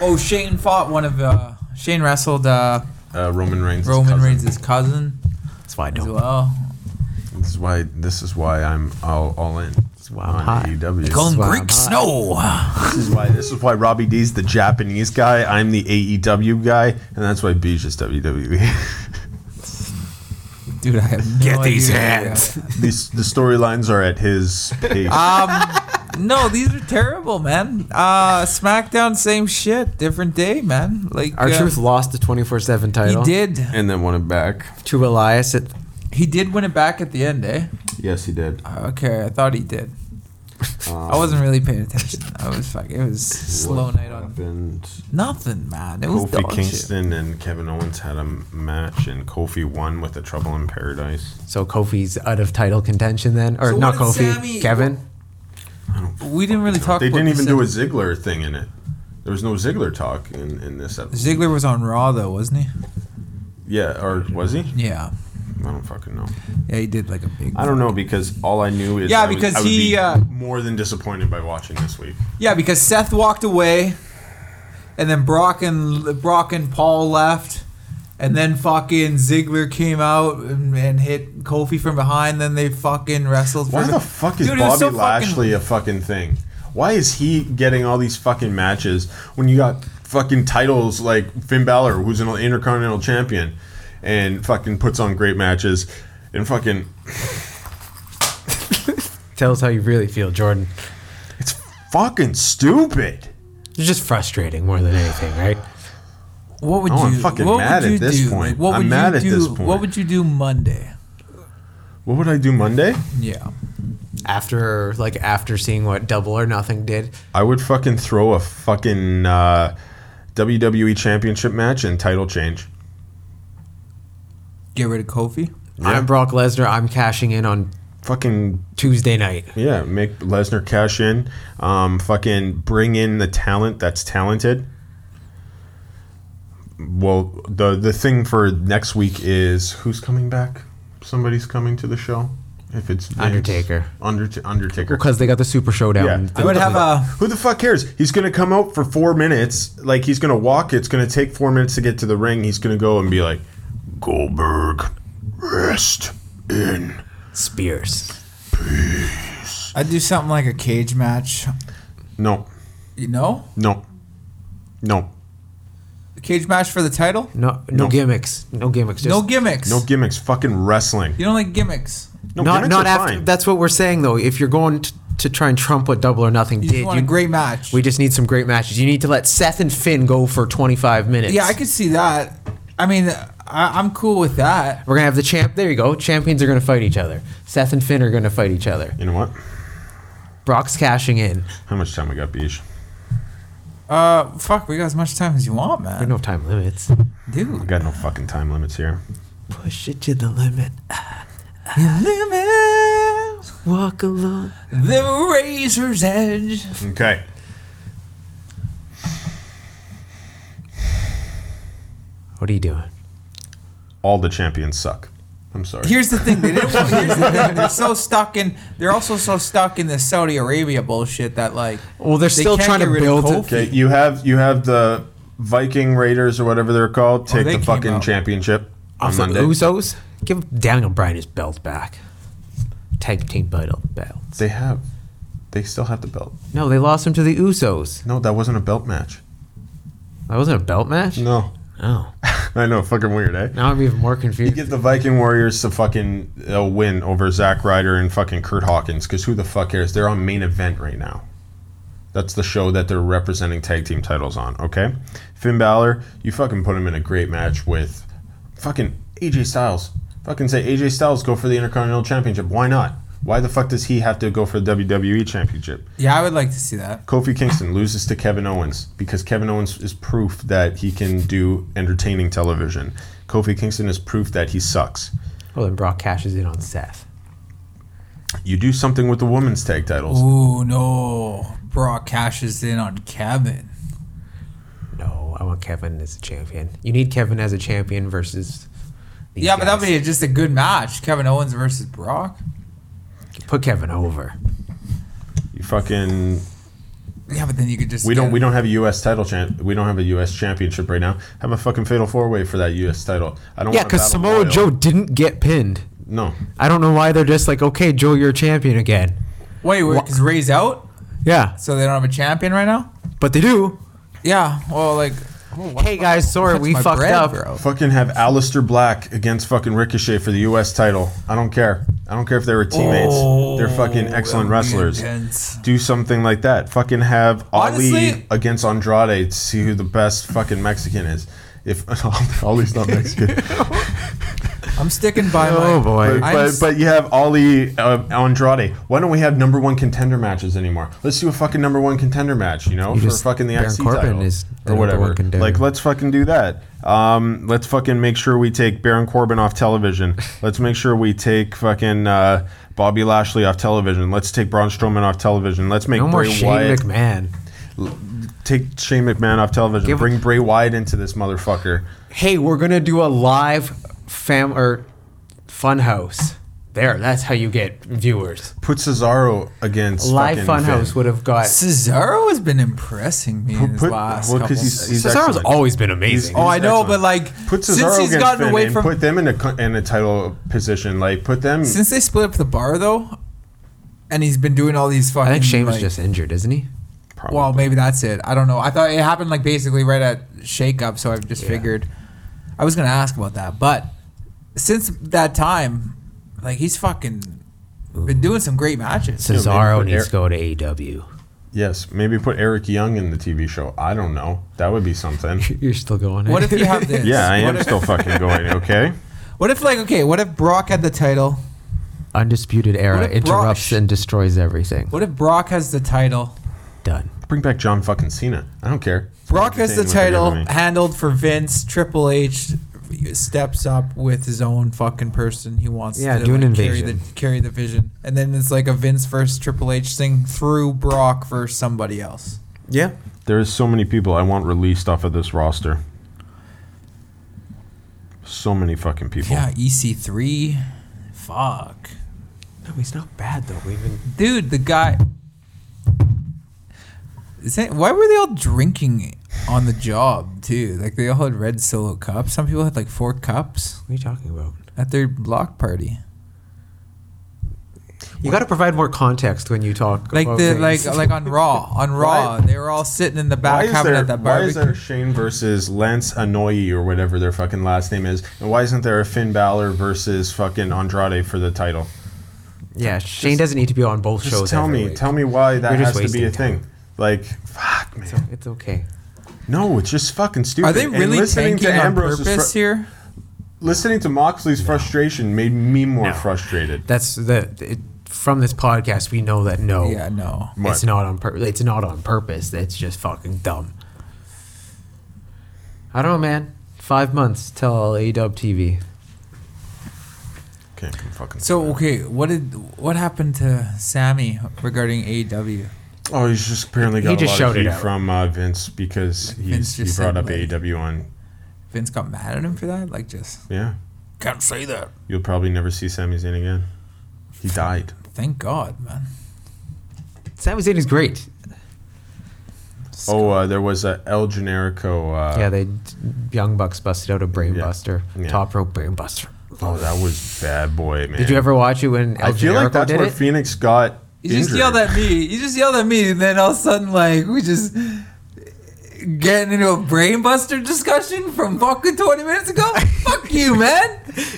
S1: Oh, Shane fought one of uh, Shane wrestled uh,
S3: Uh, Roman Reigns.
S1: Roman
S3: cousin.
S1: Reigns' cousin
S2: That's why I
S1: as well.
S3: This is why. This is why I'm all all in. This is
S2: why I'm hot.
S3: AEW.
S1: Call him
S2: why I'm
S1: Greek
S2: hot.
S1: Snow.
S3: This is why. This is why Robbie D's the Japanese guy. I'm the AEW guy, and that's why Beach is E. WWE.
S1: Dude, I have no
S2: Get these
S1: idea.
S2: hands.
S3: *laughs* These the storylines are at
S2: *laughs* Ah.
S3: his pace.
S1: *laughs* No, these are terrible, man. Uh, SmackDown, same shit, different day, man. Like
S2: Our
S1: uh,
S2: truth lost the twenty four seven
S1: he
S2: title
S1: did.
S3: and then won it back.
S2: to Elias. At,
S1: He did win it back at the end, eh?
S3: Yes, he did.
S1: Okay, I thought he
S2: *laughs*
S1: did. I wasn't really paying attention. I was fucking. It was slow night on
S3: happened?
S1: nothing, man. It was
S3: Kofi
S1: dog shit.
S3: Kingston and Kevin Owens had a match, and Kofi won with the Trouble in Paradise.
S2: so Kofi's out of title contention then, or
S1: So
S2: not
S1: what did
S2: Kofi?
S1: Sammy-
S2: Kevin.
S1: We didn't really talk.
S3: They
S1: about
S3: didn't even
S1: this
S3: do a
S1: in-
S3: Ziggler thing in it. There was no Ziggler talk in, in this episode.
S1: Ziggler was on Raw though, wasn't he?
S3: Yeah, or was he?
S1: Yeah,
S3: I don't fucking know.
S1: yeah, he did like a big.
S3: I don't know because all I knew is
S1: Yeah,
S3: I was-
S1: because
S3: I would
S1: he,
S3: be
S1: uh,
S3: more than disappointed by watching this week.
S1: Yeah, because Seth walked away, and then Brock and Brock and Paul left, and then fucking Ziggler came out and, and hit Kofi from behind. Then they fucking wrestled.
S3: Why
S1: for
S3: the fuck is
S1: Dude, it
S3: Bobby
S1: was so
S3: Lashley a fucking thing? Why is he getting all these fucking matches when you got fucking titles like Finn Balor, who's an intercontinental champion, and fucking puts on great matches, and fucking
S2: Tell us how you really feel, Jordan.
S3: it's fucking stupid.
S2: It's just frustrating more than anything, right?
S1: Fucking, what would
S3: Oh, I'm
S1: you?
S3: fucking
S1: what
S3: mad
S1: would
S3: at
S1: you
S3: this
S1: do?
S3: point.
S1: Like, what
S3: I'm
S1: would
S3: mad
S1: you
S3: at
S1: do?
S3: this point.
S1: What would you do Monday?
S3: What would I do Monday?
S1: Yeah.
S2: After like after seeing what Double or Nothing did,
S3: I would fucking throw a fucking uh, WWE Championship match and title change.
S1: Get rid of Kofi.
S2: I'm Brock Lesnar. I'm cashing in on
S3: Fucking
S2: Tuesday night.
S3: Yeah, make Lesnar cash in. Um, fucking bring in the talent that's talented. Well, the the thing for next week is who's coming back? Somebody's coming to the show. If it's Vince-
S2: Undertaker.
S3: Undert- Undertaker.
S2: Because they got the Super Showdown.
S3: Yeah.
S2: The-
S1: I would have a.
S3: Who the fuck cares? He's gonna come out for four minutes. Like he's gonna walk. It's gonna take four minutes to get to the ring. He's gonna go and be like, Goldberg, rest in.
S2: Spears.
S1: I'd do something like a cage match.
S3: No,
S1: You know,
S3: no, no,
S1: a cage match for the title.
S2: No, no,
S3: No.
S2: gimmicks. No gimmicks. Just
S1: No gimmicks.
S3: no gimmicks. Fucking wrestling.
S1: you don't like gimmicks.
S3: No,
S2: not
S3: gimmicks
S2: not
S3: are
S2: after.
S3: fine.
S2: That's what we're saying though. If you're going to, to try and trump what Double or Nothing
S1: You
S2: did,
S1: just want
S2: you-
S1: a great match.
S2: we just need some great matches. You need to let Seth and Finn go for 25 minutes.
S1: Yeah, I could see that. I mean, I, I'm cool with that.
S2: We're gonna have the champ. There you go. Champions are gonna fight each other. Seth and Finn are gonna fight each other.
S3: You know what?
S2: Brock's cashing in.
S3: How much time we got, Beach?
S1: Uh, fuck, we got as much time as you want,
S2: There are
S1: man.
S2: no time limits.
S3: We
S1: Dude,
S3: got no fucking time limits here.
S2: Push it to the limit.
S1: you limit
S2: Walk alone.
S1: the razor's edge.
S3: Okay.
S2: What are you doing?
S3: All the champions suck. I'm sorry.
S1: Here's the thing, they didn't want, here's the thing, they're so stuck in. They're also so stuck in this Saudi Arabia bullshit that like.
S2: Well, they're
S1: they
S2: still
S1: can't
S2: trying
S1: get
S2: to
S1: rid of
S2: build it.
S1: Kofi.
S3: okay, you have you have the Viking Raiders or whatever they're called take
S1: they
S3: the
S1: came
S3: fucking
S1: out.
S3: championship on
S2: Also, the
S3: Monday.
S2: Usos. Give Daniel Bryan his belt back. Tag team title belts.
S3: They have. They still have the belt.
S2: No, they lost him to the Usos.
S3: No, that wasn't a belt match.
S2: That wasn't a belt match.
S3: No.
S2: Oh,
S3: *laughs* I know, fucking weird, eh?
S2: now I'm even
S3: *laughs*
S2: more
S3: You
S2: confused.
S3: get the Viking Warriors to fucking uh, win over Zack Ryder and fucking Kurt Hawkins because who the fuck cares? They're on main event right now. That's the show that they're representing tag team titles on. Okay, Finn Balor, you fucking put him in a great match with fucking AJ Styles. Fucking say AJ Styles go for the Intercontinental Championship. Why not? Why the fuck does he have to go for the WWE Championship?
S1: Yeah, I would like to see that.
S3: Kofi Kingston loses to Kevin Owens because Kevin Owens is proof that he can do entertaining television. Kofi Kingston is proof that he sucks.
S2: Well, then Brock cashes in on Seth.
S3: You do something
S2: Oh.
S3: with the women's tag titles.
S1: Ooh no, Brock cashes in on Kevin.
S2: want Kevin as a champion. You need Kevin as a champion versus. These
S1: Yeah, but that would
S2: guys.
S1: be just a good match. Kevin Owens versus Brock.
S2: put Kevin over.
S3: You fucking.
S1: Yeah, but then you could just
S3: We
S1: get-
S3: don't. We don't have a U.S. title champ. We don't have a U.S. championship right now. Have a fucking fatal four way for that U.S. title. I don't.
S2: Yeah,
S3: want a
S2: because
S3: battle
S2: Samoa
S3: royal.
S2: Joe didn't get pinned.
S3: No.
S2: I don't know why they're just like, okay, Joe, you're a champion again.
S1: Wait, wait, because Ray's out,
S2: Yeah,
S1: so they don't have a champion right now.
S2: but they do.
S1: Yeah, well, like, oh, what
S2: Hey
S1: the-
S2: guys, sorry
S1: that's
S2: we
S1: my
S2: fucked
S1: bread,
S2: up.
S1: bro.
S3: Fucking have Alistair Black against fucking Ricochet for the U.S. title. I don't care. I don't care if they were teammates. They're
S2: Oh,
S3: fucking excellent
S1: that would be
S3: wrestlers.
S1: intense.
S3: Do something like that. Fucking have Ali
S1: Honestly-
S3: against Andrade to see who the best fucking Mexican is. If *laughs* Ali's not Mexican,
S1: I'm sticking by
S3: *laughs*
S2: Oh
S1: my.
S2: boy.
S1: I'm
S3: but
S1: s-
S3: but you have Ali uh, Andrade. Why don't we have number one contender matches anymore? Let's do a fucking number one contender match. You know, for
S2: just-
S3: fucking the
S2: Baron
S3: IC
S2: Corbin
S3: title
S2: is the
S3: or
S2: number one
S3: whatever.
S2: contender.
S3: Like let's fucking do that. Um, let's fucking make sure we take Baron Corbin off
S2: *laughs*
S3: television. Let's make sure we take fucking uh, Bobby Lashley off television. Let's take Braun Strowman off television. Let's make
S2: No more
S3: Bray
S2: Shane
S3: Wyatt
S2: McMahon.
S3: take Shane McMahon off television.
S2: Give-
S3: Bring Bray Wyatt into this motherfucker.
S2: Hey, we're gonna do a live fam or fun house. There, that's how you get viewers.
S3: Put Cesaro against
S2: live
S3: fucking
S2: fun
S3: Finn.
S2: house would have got.
S1: Cesaro has been impressing me in his
S3: Put-
S1: last
S3: well, 'cause
S1: couple.
S3: he's-
S1: He's,
S3: he's
S2: Cesaro's
S3: excellent.
S2: always been amazing.
S1: oh, I
S3: he's
S1: know,
S3: excellent.
S1: but like,
S3: Put Cesaro
S1: since he's
S3: against
S1: gotten
S3: Finn
S1: away
S3: and
S1: from,
S3: put them in a co- in a title position. Like put them.
S1: since they split up the bar though, and he's been doing all these fucking.
S2: I think Shane was
S1: like-
S2: just injured, isn't he?
S3: probably.
S1: Well, maybe that's it. I don't know. I thought it happened like basically right at shake up, so I've just
S2: Yeah.
S1: figured I was gonna ask about that. But since that time, like he's fucking been doing some great matches.
S2: Cesaro
S3: put
S2: needs to
S3: Eric-
S2: go to
S1: *laughs*
S2: E AEW.
S3: yes, maybe put Eric Young in the TV show. I don't know. That would
S1: *laughs*
S3: be something.
S2: You're still going.
S1: What if you *laughs* have this?
S3: Yeah, I am
S1: What if,
S3: still fucking going. Okay.
S1: what if like okay, what if Brock had the title?
S2: *laughs* Undisputed Era
S1: What if
S2: interrupts
S1: Brock-
S2: and destroys everything?
S1: What if Brock has the title?
S2: Done.
S3: Bring back John fucking Cena. I don't care. It's
S1: Brock
S3: not
S1: has the
S3: entertaining
S1: title
S3: with the enemy.
S1: handled for Vince. Triple H steps up with his own fucking person. He wants
S2: Yeah,
S1: to
S2: do an
S1: like, carry the
S2: invasion.
S1: carry the vision, and then it's like a Vince versus Triple H thing through Brock versus somebody else.
S2: Yeah.
S3: There is so many people I want released off of this roster. So many fucking people.
S1: Yeah, E EC3, fuck,
S2: No, he's not bad though. We've been
S1: dude, the guy. Is that, why were they all drinking on the job too? Like they all had red solo cups. Some people had like four cups
S2: What are you talking about?
S1: at their block party.
S2: You got to provide more context when you talk.
S1: like
S2: about
S1: the
S2: things.
S1: like like on Raw
S3: *laughs*
S1: on Raw they were all sitting in the
S3: Why
S1: back
S3: is,
S1: having
S3: there,
S1: at that
S3: why is there
S1: barbecue.
S3: Shane versus Lance Anoyi or whatever their fucking last name is? And why isn't there a Finn Balor versus fucking Andrade for the title?
S2: yeah, Shane doesn't need to be on both
S3: Just
S2: shows.
S3: tell
S2: every
S3: me,
S2: week.
S3: tell me why that
S2: You're just
S3: has to be a
S2: wasting
S3: thing. Like, fuck, man.
S2: It's okay.
S3: No, it's just fucking stupid.
S1: Are they
S3: And
S1: really
S3: listening
S1: tanking
S3: to
S1: on
S3: Ambrose's
S1: purpose
S3: fru-
S1: here?
S3: Listening to Moxley's frustration made me more
S2: No.
S3: frustrated.
S2: That's the it, from this podcast we know that no,
S1: Yeah, no.
S2: it's
S3: What?
S2: not on purpose. It's not on purpose. It's just fucking dumb. I don't know, man. Five months till E AEW TV.
S3: Can't come fucking.
S1: So okay, what did what happened to Sammy regarding E AEW?
S3: oh, he's just apparently got
S2: He just
S3: a lot
S2: shouted
S3: of heat
S2: out.
S3: from uh, Vince because
S1: Vince
S3: he's, he
S1: just
S3: brought
S1: said,
S3: up
S1: like-
S3: AEW on.
S1: Vince got mad at him for that. Like just
S3: Yeah,
S1: can't say that.
S3: you'll probably never see Sami Zayn again. He died.
S1: Thank God, man.
S2: Sami Zayn is great.
S3: Oh, uh, there was a El Generico. Uh,
S2: yeah, they Young Bucks busted out a brainbuster,
S3: Yeah. Yeah.
S2: top rope brainbuster.
S3: Oh, that was bad boy, man.
S2: Did you ever watch it when El
S3: I feel like
S2: Generico
S3: that's
S2: did
S3: where
S2: it?
S3: Phoenix got.
S1: You just
S3: injured.
S1: yelled at me. You just yelled at me, and then all of a sudden, like we just getting into a brainbuster discussion from fucking twenty minutes
S3: *laughs*
S1: ago. Fuck you, man.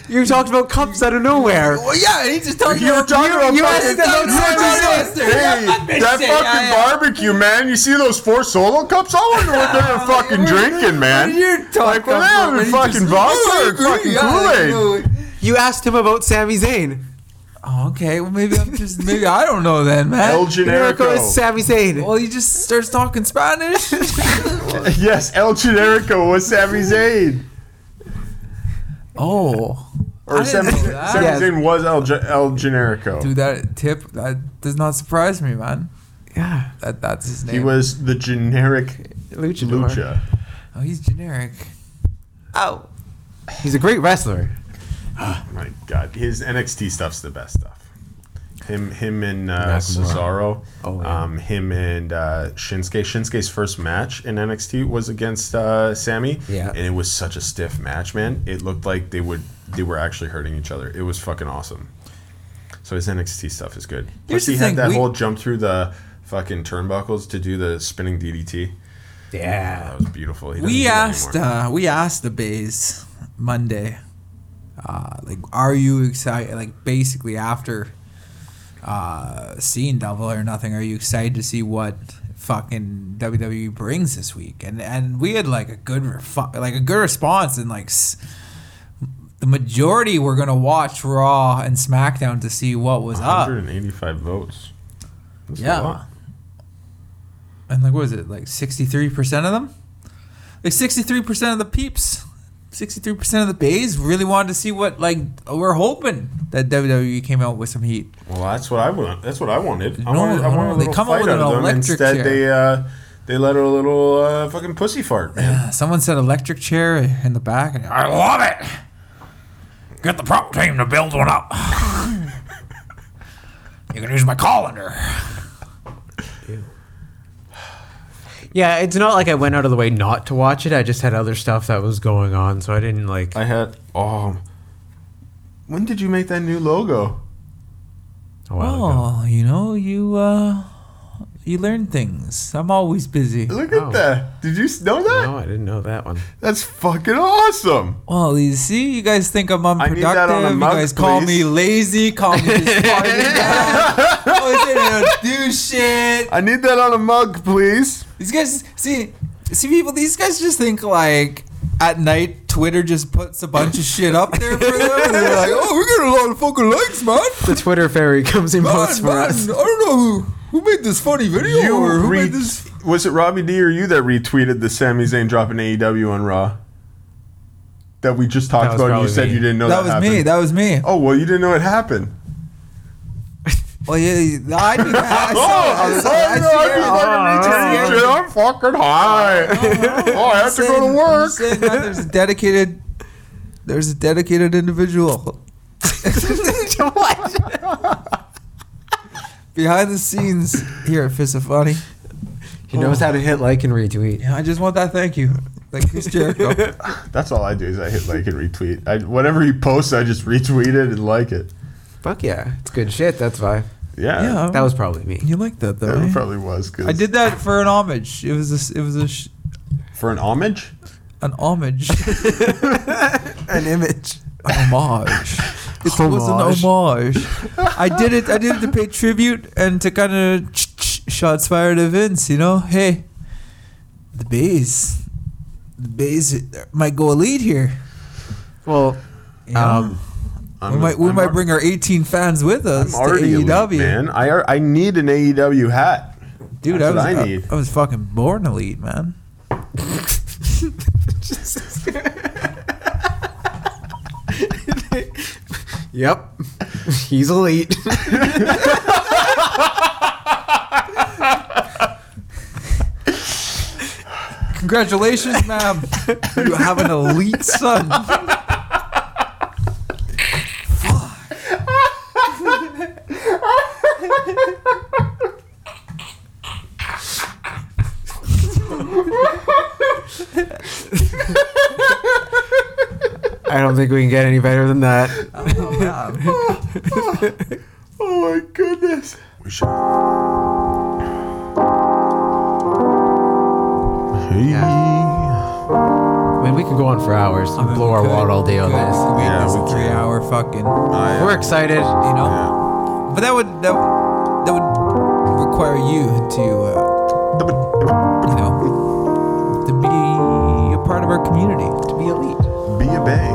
S2: you talked about cups out of nowhere.
S1: Well, yeah, he just talking
S3: *laughs* You were
S1: about
S3: talking about
S1: you asked
S3: fucking-
S1: about
S3: you were
S1: Sir
S3: just-
S1: *laughs*
S3: Hey, that
S1: shit,
S3: fucking
S1: yeah, yeah.
S3: barbecue, man. You see those four solo cups? I wonder what
S1: *laughs*
S3: they were fucking
S1: We're-
S3: drinking, man.
S1: You're talking
S3: Like, were they having fucking vodka or fucking Kool-Aid?
S2: You asked him about Sami Zayn.
S1: Oh, okay, well maybe I'm just maybe I don't know then, man.
S3: El
S2: Generico
S3: Generico.
S2: is Sami Zayn.
S1: well, he just starts talking
S3: *laughs*
S1: Spanish.
S3: Yes, El Generico was Sami Zayn.
S1: oh, I
S3: Or
S1: didn't
S3: Sami,
S1: know
S3: Sami
S1: that.
S2: Yes.
S3: Zayn was El, Ge- El Generico.
S1: dude, that tip that does not surprise me, man.
S2: yeah,
S1: That that's his name.
S3: He was the generic
S2: Luchador.
S3: lucha.
S1: Oh, he's generic. Oh.
S2: He's a great wrestler.
S3: My God, his NXT stuff's the best stuff. Him, him and uh,
S2: Nakamura.
S3: Cesaro.
S2: Oh, yeah.
S3: um, him and uh, Shinsuke. Shinsuke's first match in NXT was against uh, Sammy.
S2: Yeah.
S3: and it was such a stiff match, man. It looked like they would they were actually hurting each other. It was fucking awesome. So his NXT stuff is good.
S1: Here's
S3: Plus, he
S1: the thing,
S3: had that
S1: we-
S3: whole jump through the fucking turnbuckles to do the spinning DDT. That
S2: Yeah.
S3: was beautiful. He doesn't do
S1: We
S3: that
S1: asked
S3: anymore.
S1: uh, we asked the Bays Monday, uh, like, are you excited? Like, basically after uh, seeing Double or Nothing, are you excited to see what fucking WWE brings this week? And and we had like a good refu- like a good response and like. S- the majority were gonna watch Raw and SmackDown to see what was up,
S3: 185 votes. That's a
S1: Yeah.
S3: lot.
S1: and like what was it like sixty three percent of them, like sixty three percent of the peeps, sixty three percent of the bays really wanted to see what like we're hoping that WWE came out with some heat.
S3: Well, that's what I want. That's what I wanted. I
S1: No,
S3: wanted. I
S1: no,
S3: wanted a
S1: they
S3: little
S1: come up
S3: fight
S1: with
S3: out
S1: an
S3: of them.
S1: electric
S3: Instead,
S1: chair.
S3: they uh, they let her a little uh, fucking pussy fart, man.
S1: Uh, someone said electric chair in the back, and I love it. Get the prop team to build one up. you can use my colander.
S2: *sighs* Yeah, it's not like I went out of the way not to watch it. I just had other stuff that was going on, so I didn't like.
S3: I had. Oh, when did you make that new logo?
S2: a while ago.
S1: Well, you know, you uh, you learn things. I'm always busy.
S3: Look
S2: Oh.
S3: at that. Did you s- know
S1: Oh.
S3: that?
S2: No, I didn't know that one.
S3: That's fucking awesome.
S1: Well, you see, you guys think I'm
S3: need
S1: unproductive.
S3: that on a mug,
S1: you guys call
S3: please.
S1: me lazy. Call me
S3: *laughs*
S1: just farting Oh, down. Always say I don't do shit.
S3: I need that on a mug, please.
S1: These guys, see, see people. These guys just think like at night, Twitter just puts a bunch of shit up there for them, and they're like, "Oh, we get a lot of fucking likes,
S3: *laughs*
S1: man."
S2: The Twitter fairy comes in
S1: Man,
S2: posts for
S1: man,
S2: us. *laughs*
S1: I don't know who who made this funny video or who
S3: re-
S1: made this.
S3: was it Robbie D or you that retweeted the Sami Zayn dropping AEW on Raw? That we just
S2: That
S3: talked
S2: was
S3: about. and You
S2: probably
S3: said
S2: me.
S3: you didn't know
S1: That
S3: that,
S1: was
S3: happened.
S1: me. That was me.
S3: oh well, you didn't know it happened.
S1: Well, yeah, I
S3: *laughs*
S1: did. I saw.
S3: Oh,
S1: it. I saw. it. Oh, I saw it.
S3: I'm fucking high. Oh, I have to go
S1: saying-
S3: to
S1: I'm just
S3: work.
S1: saying, man, there's a dedicated. There's a dedicated individual. *laughs* Behind the scenes here at Fist of Funny.
S2: He knows how to hit like and retweet.
S1: Yeah, I just want that thank you. Like Chris Jericho.
S3: That's all I do is I hit like and retweet. I, whatever he posts, I just retweet it and like it.
S2: Fuck yeah, it's good shit. That's why.
S3: Yeah,
S1: yeah,
S2: That was probably me. *laughs*
S1: You like that though?
S3: that
S1: eh?
S3: probably was. 'cause-
S1: I did that for an homage. It was a, s- it was a sh-
S3: for an homage.
S1: an
S3: *laughs*
S1: homage,
S2: An image.
S1: an
S3: *laughs*
S1: homage. It was an
S2: Homage.
S1: homage. I did it. I did it to pay tribute and to kind of ch- ch- shots fired at Vince. You know, hey, the bees, the bees might go a lead here.
S2: Well,
S1: you know?
S2: um,
S3: I'm
S1: we might we
S3: I'm
S1: might
S3: al-
S1: bring our 18 fans with us
S3: I'm
S1: to E
S3: already elite,
S1: AEW.
S3: man. I ar- I need an AEW hat.
S1: Dude, I
S3: That's
S1: was
S3: what I
S1: I,
S3: need.
S1: I was fucking born elite, man.
S2: *laughs* yep, he's elite.
S1: Congratulations, ma'am. *laughs* you have an elite son.
S2: I don't think we can get any better than that.
S3: Oh my goodness. We should. Hey.
S2: I mean, we could go on for hours and blow our wad all day on this.
S1: Make
S3: Yeah,
S1: this
S3: we
S1: a
S3: can.
S1: three-hour fucking.
S3: I, uh,
S2: We're excited.
S1: You know,
S3: yeah.
S1: but that would that would, that would require you to uh, you know to be a part of our community, to be elite.
S3: Be a bay.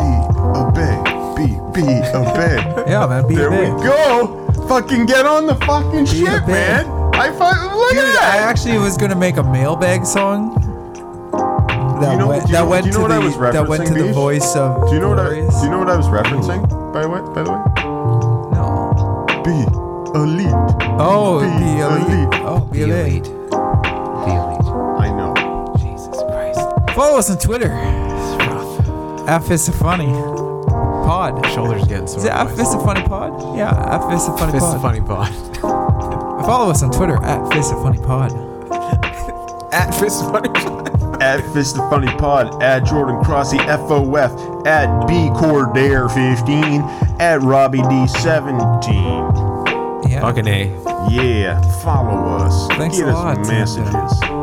S3: Be a bay. Be be a bay.
S1: *laughs* Yeah, man, be
S3: there
S1: a big.
S3: we go. Fucking get on the fucking shit,
S1: bay.
S3: man. I fucking look
S1: Dude, I
S3: at that.
S1: actually was gonna make a mailbag song. That
S3: You know-
S1: went,
S3: do you
S1: that
S3: know-
S1: went
S3: do you
S1: to
S3: know what I
S1: the
S3: was
S1: that went to
S3: referencing,
S1: the
S3: Beej?
S1: voice of.
S3: do you know what I?
S1: Glorious.
S3: Do you know what I was referencing? By the way, by the way.
S1: No.
S3: Be elite.
S1: Oh,
S3: Be
S1: be elite.
S3: elite.
S1: Oh, be elite. Follow us on Twitter. F is a funny pod.
S2: Shoulders getting
S1: Is
S2: sore.
S1: it F is a funny pod? Yeah, F is a funny
S2: Fist
S1: pod.
S2: funny pod.
S1: Follow us on Twitter at Fist of Funny Pod.
S2: At fist funny pod.
S3: At Fist the Funny Pod, at Jordan Crossy FOF, at B Cordair 15, at Robbie D 17.
S1: Yeah.
S2: Fucking a.
S3: Yeah, follow us.
S1: Thanks
S3: Get
S1: a
S3: us
S1: lot, Tim.
S3: messages. uh,